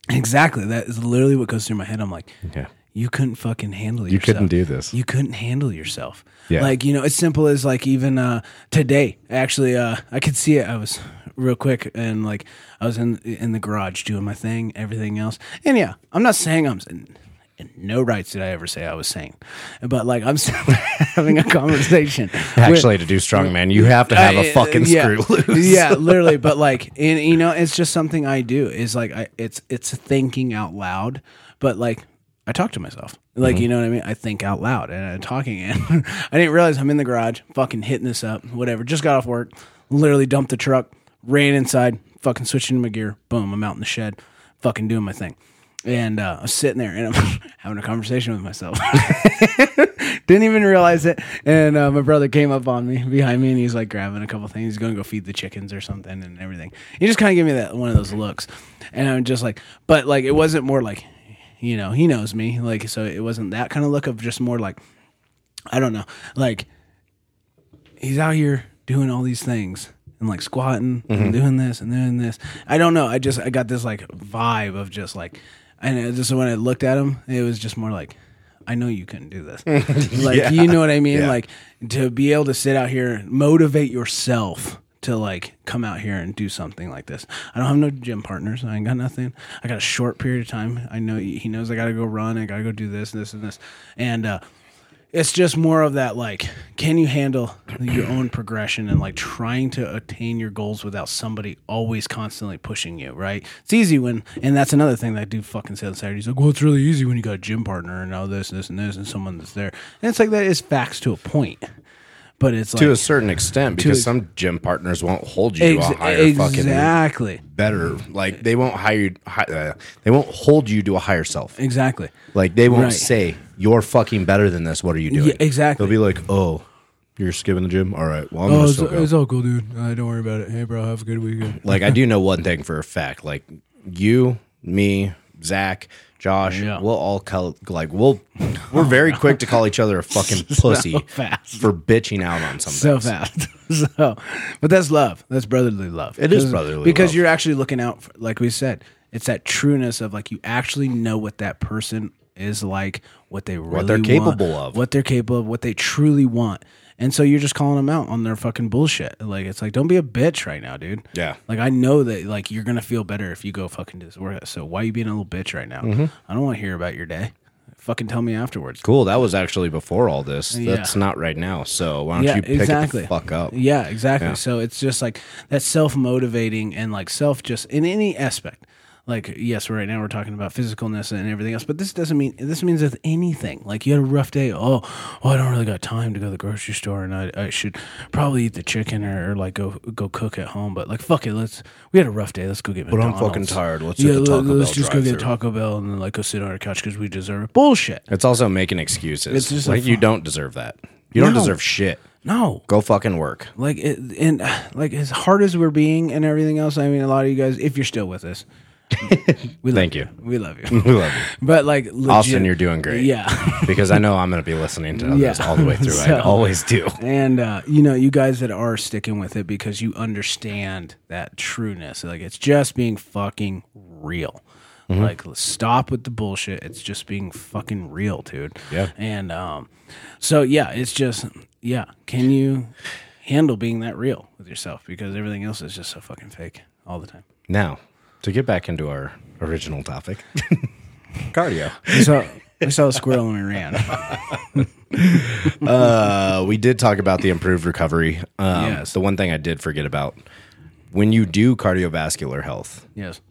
S2: exactly that is literally what goes through my head. I'm like,
S1: Yeah.
S2: you couldn't fucking handle
S1: You
S2: yourself.
S1: couldn't do this.
S2: You couldn't handle yourself.
S1: Yeah.
S2: Like, you know, as simple as like even uh today, actually, uh I could see it. I was real quick and like I was in in the garage doing my thing, everything else. And yeah, I'm not saying I'm in, in no rights did I ever say I was sane. But like I'm still having a conversation. with-
S1: Actually, to do strongman, you have to have a
S2: uh,
S1: fucking
S2: yeah.
S1: screw loose.
S2: yeah, literally. But like, and, you know, it's just something I do. Is like, I, it's it's thinking out loud. But like, I talk to myself. Like,
S1: Mm-hmm.
S2: you know what I mean? I think out loud and I'm talking. And I didn't realize I'm in the garage, fucking hitting this up, whatever. Just got off work, literally dumped the truck, ran inside, fucking switched into my gear. Boom, I'm out in the shed, fucking doing my thing. And uh, I'm sitting there and I'm having a conversation with myself. Didn't even realize it. And uh, my brother came up on me behind me and he's like grabbing a couple things. He's going to go feed the chickens or something and everything. He just kind of gave me that one of those looks. And I'm just like, but like, it wasn't more like, you know, he knows me. Like, so it wasn't that kind of look of just more like, I don't know, like, he's out here doing all these things and like squatting
S1: Mm-hmm.
S2: and doing this and doing this. I don't know. I just I got this like vibe of just like, and it just when I looked at him, it was just more like, I know you couldn't do this. like you know what I mean?
S1: Yeah.
S2: Like to be able to sit out here and motivate yourself to like come out here and do something like this. I don't have no gym partners. I ain't got nothing. I got a short period of time. I know he knows I got to go run. I got to go do this and this and this. And uh it's just more of that like can you handle your own progression and like trying to attain your goals without somebody always constantly pushing you right it's easy when and that's another thing that i do fucking say on saturdays like well it's really easy when you got a gym partner and all this this and this and someone that's there and it's like that is facts to a point but it's like
S1: to a certain extent because
S2: a-
S1: some gym partners won't hold you
S2: ex-
S1: to a higher fucking
S2: exactly
S1: better like they won't hire you hi- uh, they won't hold you to a higher self
S2: exactly
S1: like they won't
S2: Right.
S1: say you're fucking better than this what are you doing
S2: Yeah, exactly.
S1: they'll be like oh you're skipping the gym all right well i'm
S3: Oh,
S1: gonna
S3: it's,
S1: still go
S3: it's all cool, dude. Uh, don't worry about it. Hey, bro, have a good weekend.
S1: like i do know one thing for a fact like you me zach josh
S2: Yeah.
S1: we'll all call like we'll we're very quick to call each other a fucking pussy
S2: fast.
S1: for bitching out on something
S2: so fast. so, but that's love. That's brotherly love.
S1: It is
S2: 'Cause-
S1: brotherly
S2: because
S1: love.
S2: you're actually looking out. For, like we said, it's that trueness of like you actually know what that person is like, what they really
S1: they're
S2: want,
S1: capable of.
S2: what they're capable of, what they truly want. And so you're just calling them out on their fucking bullshit. Like it's like, don't be a bitch right now, dude.
S1: Yeah.
S2: Like I know that like you're gonna feel better if you go fucking do this workout. So why you being a little bitch right now?
S1: Mm-hmm.
S2: I don't want to hear about your day. Fucking tell me afterwards.
S1: Cool. That was actually before all this.
S2: Yeah.
S1: That's not right now. So why don't you pick it the fuck up?
S2: Yeah, exactly. So it's just like that self motivating and like self just in any aspect. Like yes, right now we're talking about physicalness and everything else, but this doesn't mean this means with anything. Like you had a rough day. Oh, well, I don't really got time to go to the grocery store, and I, I should probably eat the chicken or, or like go go cook at home. But like fuck it, let's we had a rough day. Let's go get. But
S1: I'm fucking tired. Let's hit the Taco
S2: let's
S1: Bell
S2: just go get
S1: drive-thru.
S2: Taco Bell and then like go sit on our couch because we deserve it. Bullshit.
S1: It's also making excuses.
S2: It's just a
S1: like you
S2: fu-
S1: don't deserve that. You don't
S2: No.
S1: deserve shit.
S2: No,
S1: Go fucking work.
S2: like it, and like as hard as we're being and everything else i mean a lot of you guys if you're still with us we love
S1: Thank
S2: we love you
S1: We love you.
S2: but like legit,
S1: Austin, you're doing great.
S2: yeah
S1: Because I know I'm going to be listening to
S2: Yeah.
S1: this all the way through. I
S2: So-
S1: always do.
S2: and uh, you know you guys that are sticking with it because you understand that trueness like it's just being fucking real
S1: Mm-hmm.
S2: like let's stop with the bullshit it's just being fucking real dude
S1: Yeah.
S2: and um so yeah it's just yeah can you handle being that real with yourself because everything else is just so fucking fake all the time
S1: Now, to get back into our original topic, Cardio.
S2: We saw, we saw a squirrel and we ran.
S1: Uh, we did talk about the improved recovery. Um,
S2: Yes.
S1: The one thing I did forget about when you do cardiovascular health,
S2: Yes.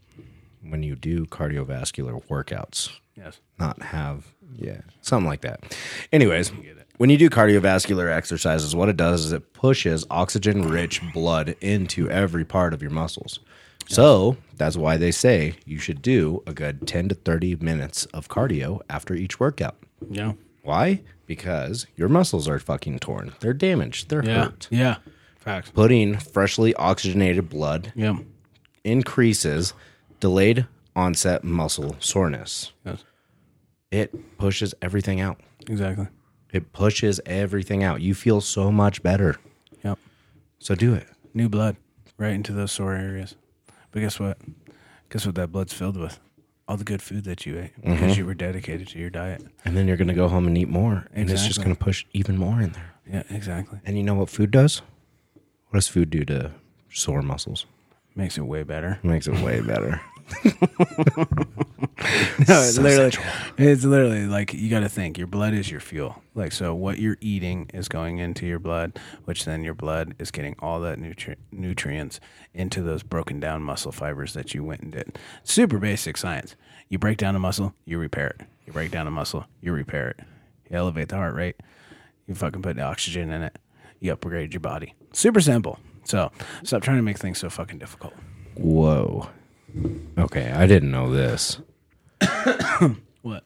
S1: when you do cardiovascular workouts,
S2: Yes.
S1: not have, yeah, something like that. Anyways, when you do cardiovascular exercises, what it does is it pushes oxygen rich blood into every part of your muscles. So that's why they say you should do a good 10 to 30 minutes of cardio after each workout.
S2: Yeah.
S1: Why? Because your muscles are fucking torn. They're damaged. They're
S2: Yeah.
S1: hurt.
S2: Yeah. Facts.
S1: Putting freshly oxygenated blood
S2: Yeah.
S1: increases delayed onset muscle soreness.
S2: Yes.
S1: It pushes everything out.
S2: Exactly.
S1: It pushes everything out. You feel so much better.
S2: Yep.
S1: So do it.
S2: New blood right into those sore areas. But guess what? Guess what that blood's filled with? All the good food that you ate because you were dedicated to your diet.
S1: And then you're going to go home and eat more. And it's just
S2: Exactly.
S1: going to push even more in there.
S2: Yeah, exactly.
S1: And you know what food does? What does food do to sore muscles?
S2: Makes it way better.
S1: Makes it way better.
S2: No, it's literally, it's literally like you got to think your blood is your fuel. Like, so what you're eating is going into your blood, which then your blood is getting all that nutri- nutrients into those broken down muscle fibers that you went and did. Super basic science. You break down a muscle, you repair it. You break down a muscle, you repair it. You elevate the heart rate, you fucking put oxygen in it, you upgrade your body. Super simple. So stop trying to make things so fucking difficult.
S1: Whoa. Okay, I didn't know this.
S2: What?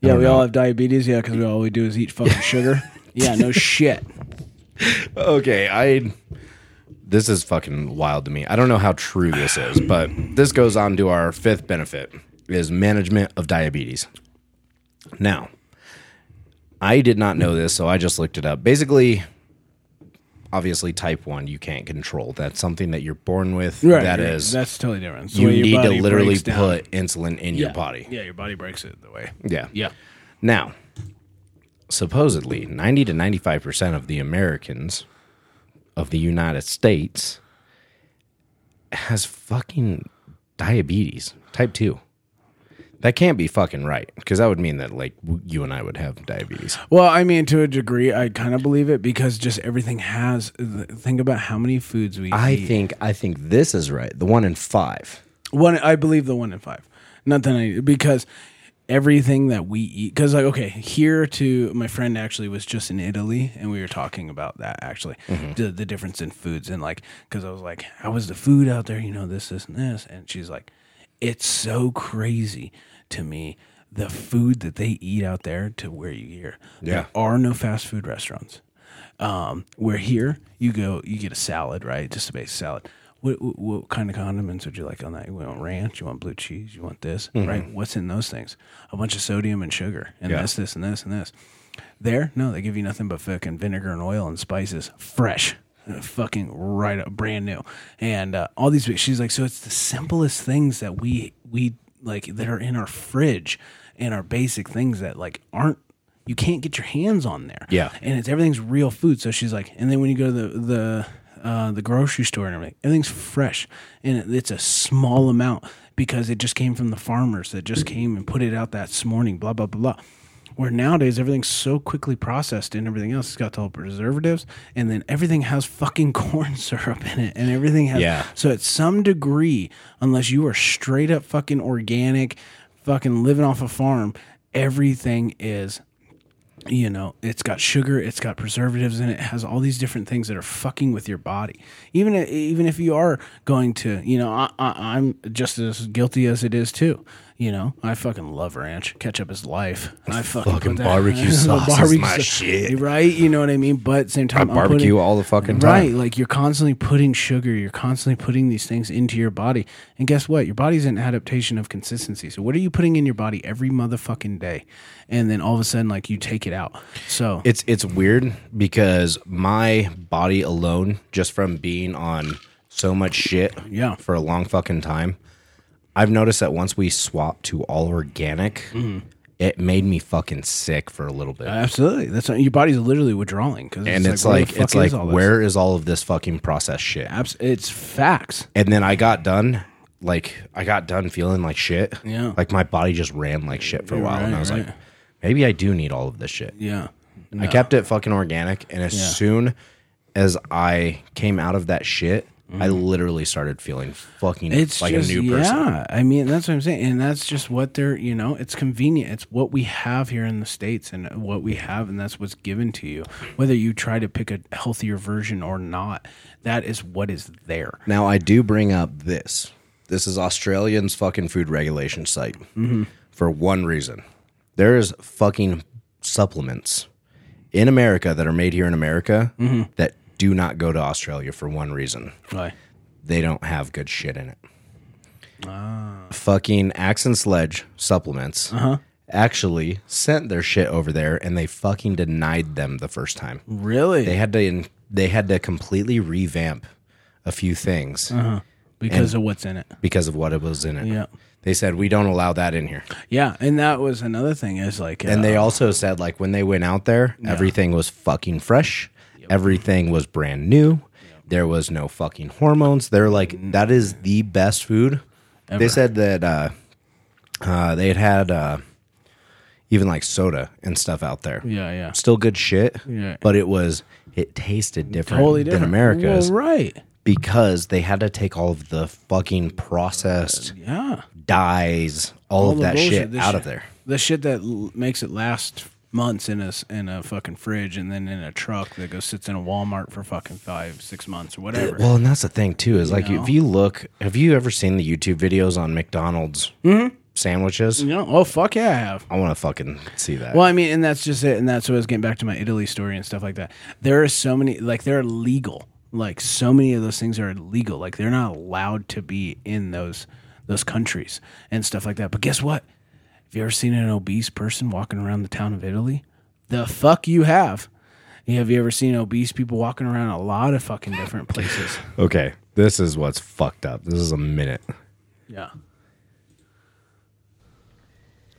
S2: Yeah,
S1: don't
S2: we
S1: know.
S2: all have diabetes. Yeah, because all we do is eat fucking sugar. Yeah, no shit.
S1: Okay, I. This is fucking wild to me. I don't know how true this is, but this goes on to our fifth benefit is management of diabetes. Now, I did not know this, so I just looked it up. Basically, obviously type 1 you can't control. That's something that you're born with. that is
S2: that's totally different. It's the
S1: you
S2: way your
S1: need to
S2: body
S1: literally
S2: breaks down.
S1: put insulin in your
S2: Yeah.
S1: body.
S2: Yeah, your body breaks it the way.
S1: Yeah.
S2: Yeah.
S1: Now, supposedly, 90 to 95% of the Americans of the United States has fucking diabetes, type 2. That can't be fucking right because that would mean that like w- you and I would have diabetes.
S2: Well, I mean, to a degree, I kind of believe it because just everything has. Think about how many foods we
S1: I
S2: eat.
S1: think I think this is right. The one in 5.
S2: One, I believe the one in five. Nothing I because everything that we eat. Because like, okay, here to my friend actually was just in Italy, and we were talking about that actually the, the difference in foods and like because I was like, how was the food out there? You know, this, this, and this, and she's like, it's so crazy to me the food that they eat out there to where you hear
S1: Yeah.
S2: there are no fast food restaurants. Um, where here you go, you get a salad, right? Just a base salad. What, what, what kind of condiments would you like on that? You want ranch? You want blue cheese? You want this, right? What's in those things? A bunch of sodium and sugar, and
S1: Yeah.
S2: this, this, and this, and this. There, no, they give you nothing but fucking vinegar and oil and spices, fresh, uh, fucking right up, brand new, and uh, all these. She's like, so it's the simplest things that we we like that are in our fridge, and our basic things that like aren't you can't get your hands on there.
S1: Yeah.
S2: And it's everything's real food. So she's like, and then when you go to the the uh, the grocery store and everything, everything's fresh, and it, it's a small amount because it just came from the farmers that just came and put it out that s- morning. Blah blah blah. blah. Where nowadays everything's so quickly processed and everything else, it's got all preservatives, and then everything has fucking corn syrup in it, and everything has.
S1: Yeah.
S2: So at some degree, unless you are straight up fucking organic, fucking living off a farm, everything is you know, it's got sugar, it's got preservatives in it, it has all these different things that are fucking with your body. Even i- even if you are going to, you know, I, I, I'm just as guilty as it is too. You know, I fucking love ranch. Ketchup is life. I fucking,
S1: Fucking
S2: put that-
S1: barbecue sauce is
S2: barbecue
S1: my
S2: sauce,
S1: shit.
S2: right? You know what I mean. But same time, I'm putting-
S1: Barbecue all the fucking time.
S2: Right. Like you're constantly putting sugar, you're constantly putting these things into your body. And guess what? Your body's an adaptation of consistency. So what are you putting in your body every motherfucking day? And then all of a sudden, like you take it out. So
S1: It's it's weird because my body alone, just from being on so much shit
S2: Yeah.
S1: for a long fucking time, I've noticed that once we swap to all organic,
S2: Mm-hmm.
S1: it made me fucking sick for a little bit.
S2: absolutely. That's your body's literally withdrawing. Cause
S1: and it's
S2: Uh, where the
S1: like,
S2: fuck
S1: it's
S2: is
S1: like
S2: all this?
S1: where is all of this fucking processed shit?
S2: Abs- it's facts.
S1: And then I got done like I got done feeling like shit.
S2: Yeah.
S1: Like my body just ran like shit for a while. and
S2: right,
S1: I was
S2: right.
S1: like, maybe I do need all of this shit.
S2: Yeah.
S1: I kept it fucking organic. And as soon as I came out of that shit, I literally started feeling fucking
S2: Mm. It's
S1: like
S2: just,
S1: a new person.
S2: Yeah, I mean that's what I'm saying, and that's just what they're you know it's convenient. It's what we have here in the states, and what we have, and that's what's given to you. Whether you try to pick a healthier version or not, that is what is there.
S1: Now I do bring up this. This is Australians fucking food regulation site
S2: Mm-hmm.
S1: for one reason. There is fucking supplements in America that are made here in America
S2: Mm-hmm.
S1: that do not go to Australia for one reason.
S2: Like,
S1: They don't have good shit in it. Fucking Axe and Sledge supplements actually sent their shit over there and they fucking denied them the first time
S2: really?
S1: they had to they had to completely revamp a few things
S2: because of what's in it.
S1: because of what it was in it.
S2: Yeah.
S1: They said we don't allow that in here.
S2: Yeah, and that was another thing is like, uh,
S1: And they also said like when they went out there, everything was fucking fresh. Everything was brand new. There was no fucking hormones. They're like that is the best food. They said that uh uh they had had uh even like soda and stuff out there.
S2: yeah, yeah,
S1: Still good shit,
S2: Yeah.
S1: but it was it tasted different,
S2: totally different.
S1: than America's.
S2: Well, right?
S1: because they had to take all of the fucking processed
S2: Yeah,
S1: dyes, all, of
S2: Uh, the
S1: that
S2: bullshit,
S1: shit
S2: the
S1: out
S2: shit-
S1: of there.
S2: The shit that l- makes it last months in a s- in a fucking fridge and then in a truck that goes sits in a Walmart for fucking five six months or whatever.
S1: Well, and that's the thing too is like if you look, have you ever seen the YouTube videos on McDonald's
S2: Mm-hmm.
S1: sandwiches?
S2: you know, oh fuck yeah, I have.
S1: I want to fucking see that.
S2: Well, I mean, and that's just it, and that's what I was getting back to my Italy story and stuff like that. There are so many, like they're illegal. Like so many of those things are illegal. Like they're not allowed to be in those those countries and stuff like that. But guess what? Have you ever seen an obese person walking around the town of Italy? The fuck you have. Yeah, Have you ever seen obese people walking around a lot of fucking different places?
S1: Okay, this is what's fucked up. This is a minute.
S2: Yeah.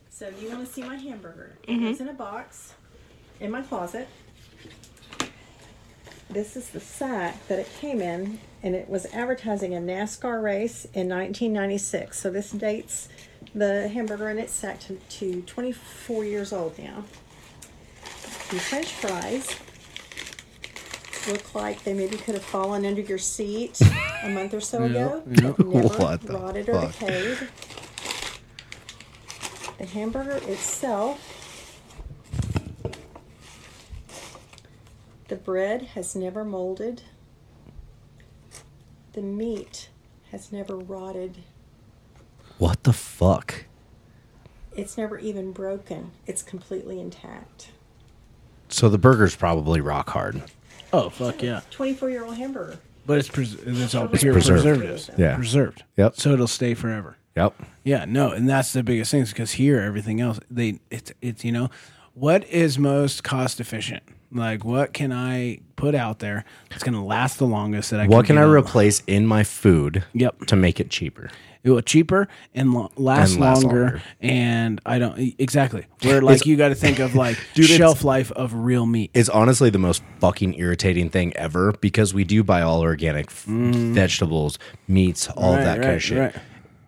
S4: So you want to see my hamburger? It's in a box in my closet. This is the site that it came in, and it was advertising a NASCAR race in 1996. So this dates the hamburger in its sack to, to 24 years old now. The French fries look like they maybe could have fallen under your seat a month or so ago. but Never
S1: What the
S4: rotted or
S1: fuck?
S4: decayed. The hamburger itself, the bread has never molded. The meat has never rotted.
S1: What the fuck?
S4: It's never even broken. It's completely intact.
S1: So the burger's probably rock hard.
S2: Oh fuck yeah.
S4: 24 year old hamburger.
S2: But it's pres- it's all pure
S1: preserved.
S2: preservatives.
S1: Yeah.
S2: Preserved.
S1: Yep.
S2: So it'll stay forever.
S1: Yep.
S2: Yeah, no, and that's the biggest thing is because here everything else they it's it's you know what is most cost efficient? Like what can I put out there that's going to last the longest that I
S1: What can
S2: get
S1: I
S2: on-
S1: replace in my food
S2: Yep.
S1: to make it cheaper?
S2: It will cheaper and lo- last,
S1: And last
S2: longer,
S1: longer.
S2: and I don't e, exactly where like you got to think of like
S1: Dude, it's-
S2: shelf life of real meat.
S1: it's honestly the most fucking irritating thing ever because we do buy all organic f- vegetables, meats, all
S2: Mm. Right,
S1: that kind
S2: right,
S1: of shit.
S2: right.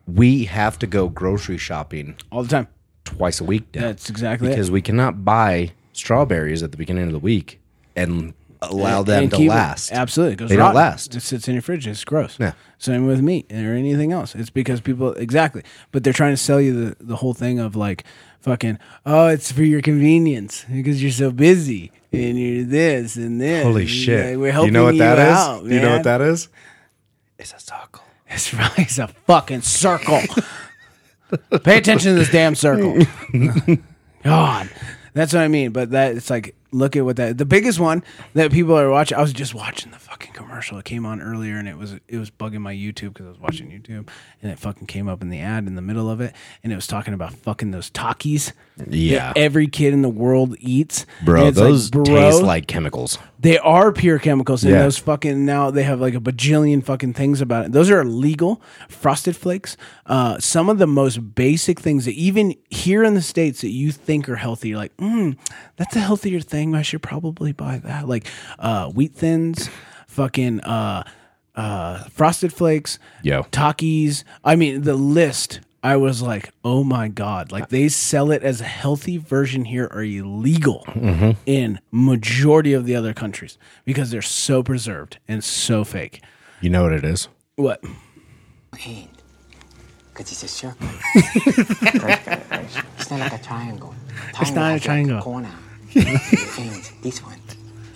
S1: We have to go grocery shopping
S2: all the time.
S1: twice a week now
S2: That's exactly it.
S1: because we cannot buy strawberries at the beginning of the week and allow them
S2: and
S1: to
S2: keep it.
S1: last.
S2: Absolutely, it goes
S1: They don't
S2: rotten.
S1: last.
S2: It sits in your fridge. It's gross.
S1: Yeah.
S2: Same with meat or anything else. It's because people exactly, but they're trying to sell you the the whole thing of like fucking. Oh, it's for your convenience because you're so busy and you're this and this.
S1: Holy
S2: And
S1: shit!
S2: like, we're helping
S1: you know what that is?
S2: out,
S1: you know what
S2: man.
S1: that is? It's a circle.
S2: It's right. It's a fucking circle. Pay attention to this damn circle. God, that's what I mean. But that it's like, look at what that. The biggest one that people are watching. I was just watching the fucking commercial. It came on earlier, and it was it was bugging my YouTube because I was watching YouTube, and it fucking came up in the ad in the middle of it, and it was talking about fucking those Takis.
S1: Yeah.
S2: that every kid in the world eats, And
S1: Bro,
S2: it's like,
S1: those
S2: bro,
S1: taste like chemicals.
S2: they are pure chemicals, and
S1: Yeah.
S2: those fucking now they have like a bajillion fucking things about it. Those are illegal. Frosted flakes, uh, some of the most basic things that even here in the states that you think are healthy, you're like, mm, that's a healthier thing. I should probably buy that. Like uh, wheat thins, fucking uh, uh, Frosted Flakes,
S1: Yo.
S2: Takis. I mean, the list. I was like, oh my god! Like they sell it as a healthy version here are illegal in majority of the other countries because they're so preserved and so fake.
S1: You know what it is?
S2: What?
S5: Wait, because it's a circle. it's not like a triangle. triangle
S2: It's not a
S5: has, like,
S2: triangle.
S5: corner. Things. This one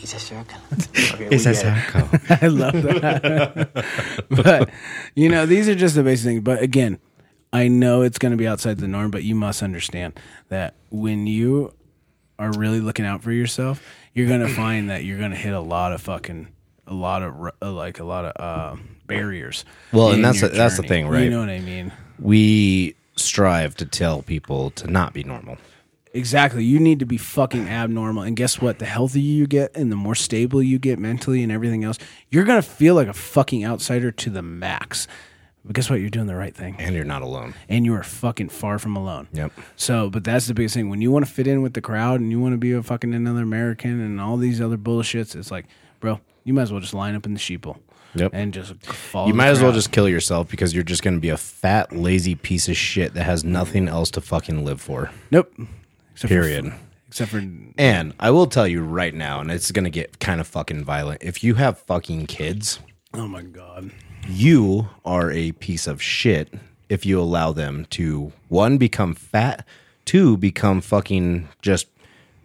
S5: is a circle.
S1: it's a circle.
S2: I love that. but you know, these are just the basic things. But again, I know it's going to be outside the norm, but you must understand that when you are really looking out for yourself, you're going to find that you're going to hit a lot of fucking, a lot of r- uh, like a lot of uh, barriers.
S1: Well, and
S2: in
S1: that's
S2: your
S1: the- that's the thing, right?
S2: You know what I mean?
S1: we strive to tell people to not be normal.
S2: Exactly. You need to be fucking abnormal. And guess what? The healthier you get and the more stable you get mentally and everything else, you're going to feel like a fucking outsider to the max. But guess what? You're doing the right thing.
S1: And you're not alone.
S2: And you are fucking far from alone.
S1: Yep.
S2: So, but that's the biggest thing. When you want to fit in with the crowd and you want to be a fucking another American and all these other bullshits, it's like, bro, you might as well just line up in the sheeple.
S1: Yep.
S2: And just follow
S1: You
S2: the
S1: might as well
S2: crowd.
S1: just kill yourself because you're just going to be a fat, lazy piece of shit that has nothing else to fucking live for.
S2: Nope. Except
S1: Period.
S2: For, except for.
S1: And I will tell you right now, and it's going to get kind of fucking violent. If you have fucking kids,
S2: Oh my God.
S1: you are a piece of shit if you allow them to one become fat, two become fucking just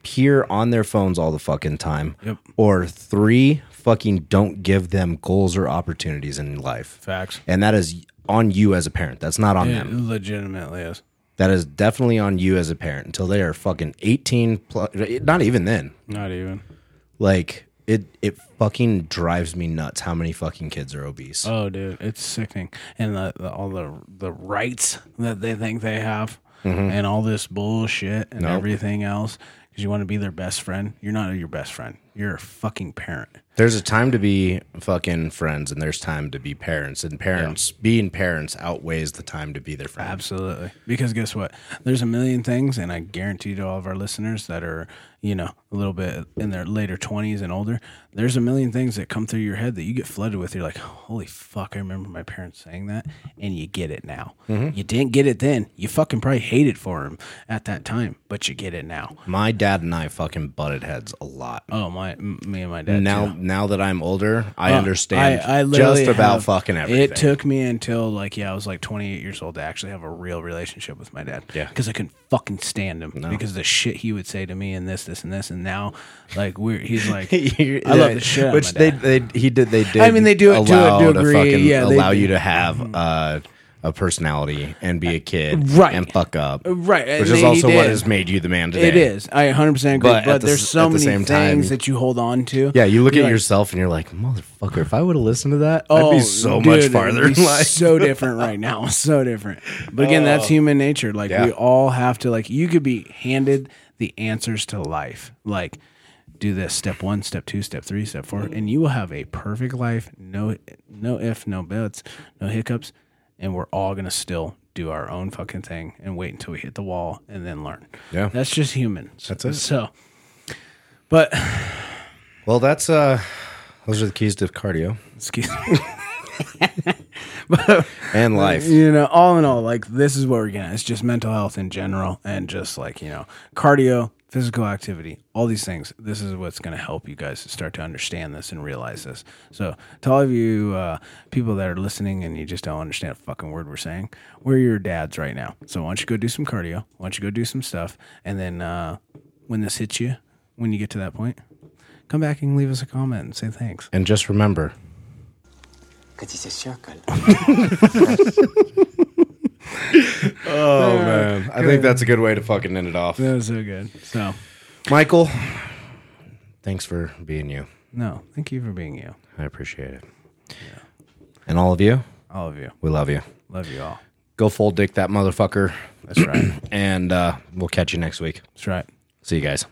S1: peer on their phones all the fucking time,
S2: Yep.
S1: or three fucking don't give them goals or opportunities in life.
S2: Facts.
S1: And that is on you as a parent. That's not on
S2: It
S1: them.
S2: legitimately is.
S1: That is definitely on you as a parent until they are fucking 18 plus not even then.
S2: Not even.
S1: Like it it fucking drives me nuts how many fucking kids are obese.
S2: Oh, dude, it's sickening, and the, the, all the the rights that they think they have, and all this bullshit and
S1: Nope.
S2: everything else, because you want to be their best friend. You're not your best friend. You're a fucking parent.
S1: There's a time to be fucking friends and there's time to be parents. And parents being parents outweighs the time to be their friends.
S2: Absolutely, because guess what? There's a million things, and I guarantee to all of our listeners that are you know a little bit in their later twenties and older, there's a million things that come through your head that you get flooded with. You're like, holy fuck, I remember my parents saying that, and you get it now. You didn't get it then. You fucking probably hated for them at that time, but you get it now.
S1: My dad and I fucking butted heads a lot.
S2: Oh my, m- me and my dad.
S1: now
S2: too.
S1: now that I'm older, I
S2: Uh,
S1: understand
S2: literally
S1: just about
S2: have-
S1: fucking everything.
S2: It took me until like yeah, I was like 28 years old to actually have a real relationship with my dad.
S1: Yeah.
S2: because I couldn't fucking stand him because of the shit he would say to me and this, this, and this, and now like we're he's like
S1: You're-
S2: I love
S1: yeah,
S2: the shit. out of
S1: Which
S2: my
S1: they,
S2: dad.
S1: they he did they did.
S2: I mean, they do it to a
S1: allow
S2: degree,
S1: fucking
S2: yeah, they- Mm-hmm.
S1: allow you to have uh, a personality and be a kid,
S2: Right.
S1: And fuck up,
S2: Right, and
S1: Which
S2: they-
S1: is
S2: he
S1: also what
S2: did.
S1: has made you the man today.
S2: it is. I 100 percent agree.
S1: But
S2: But,
S1: at the
S2: there's
S1: s-
S2: so
S1: at the
S2: many
S1: same
S2: things
S1: time-
S2: that you hold on to.
S1: Yeah, you look
S2: You're
S1: at
S2: like, Oh,
S1: yourself and you're like, motherfucker. If I would have listened to that, I'd be so
S2: dude,
S1: much
S2: it'd
S1: farther
S2: be
S1: in life. Oh.
S2: So different right now. So different. But again, that's human nature. Like
S1: Yeah.
S2: we all have to like you could be handed the answers to life. Like do this step one, step two, step three, step four, and you will have a perfect life. No no if, no buts, no hiccups. And we're all gonna still do our own fucking thing and wait until we hit the wall and then learn.
S1: Yeah.
S2: That's just human. That's
S1: it.
S2: So but
S1: Well, that's uh, those are the keys to cardio
S2: excuse me.
S1: and life.
S2: You know, all in all, like this is what we're getting. at. It's just mental health in general, and just like you know, cardio, physical activity, all these things. This is what's going to help you guys start to understand this and realize this. So, to all of you uh, people that are listening and you just don't understand a fucking word we're saying, we're your dads right now. So, why don't you go do some cardio? Why don't you go do some stuff? And then uh, when this hits you, when you get to that point, come back and leave us a comment and say thanks.
S1: And just remember,
S5: Because it's a circle.
S1: oh man, I think that's a good way to fucking end it off.
S2: That was so good. So,
S1: Michael, thanks for being you.
S2: no, thank you for being you,
S1: I appreciate it. And all of you,
S2: all of you.
S1: we love you.
S2: Love you all.
S1: Go full dick that motherfucker.
S2: That's right.
S1: And uh, we'll catch you next week.
S2: That's right.
S1: See you guys.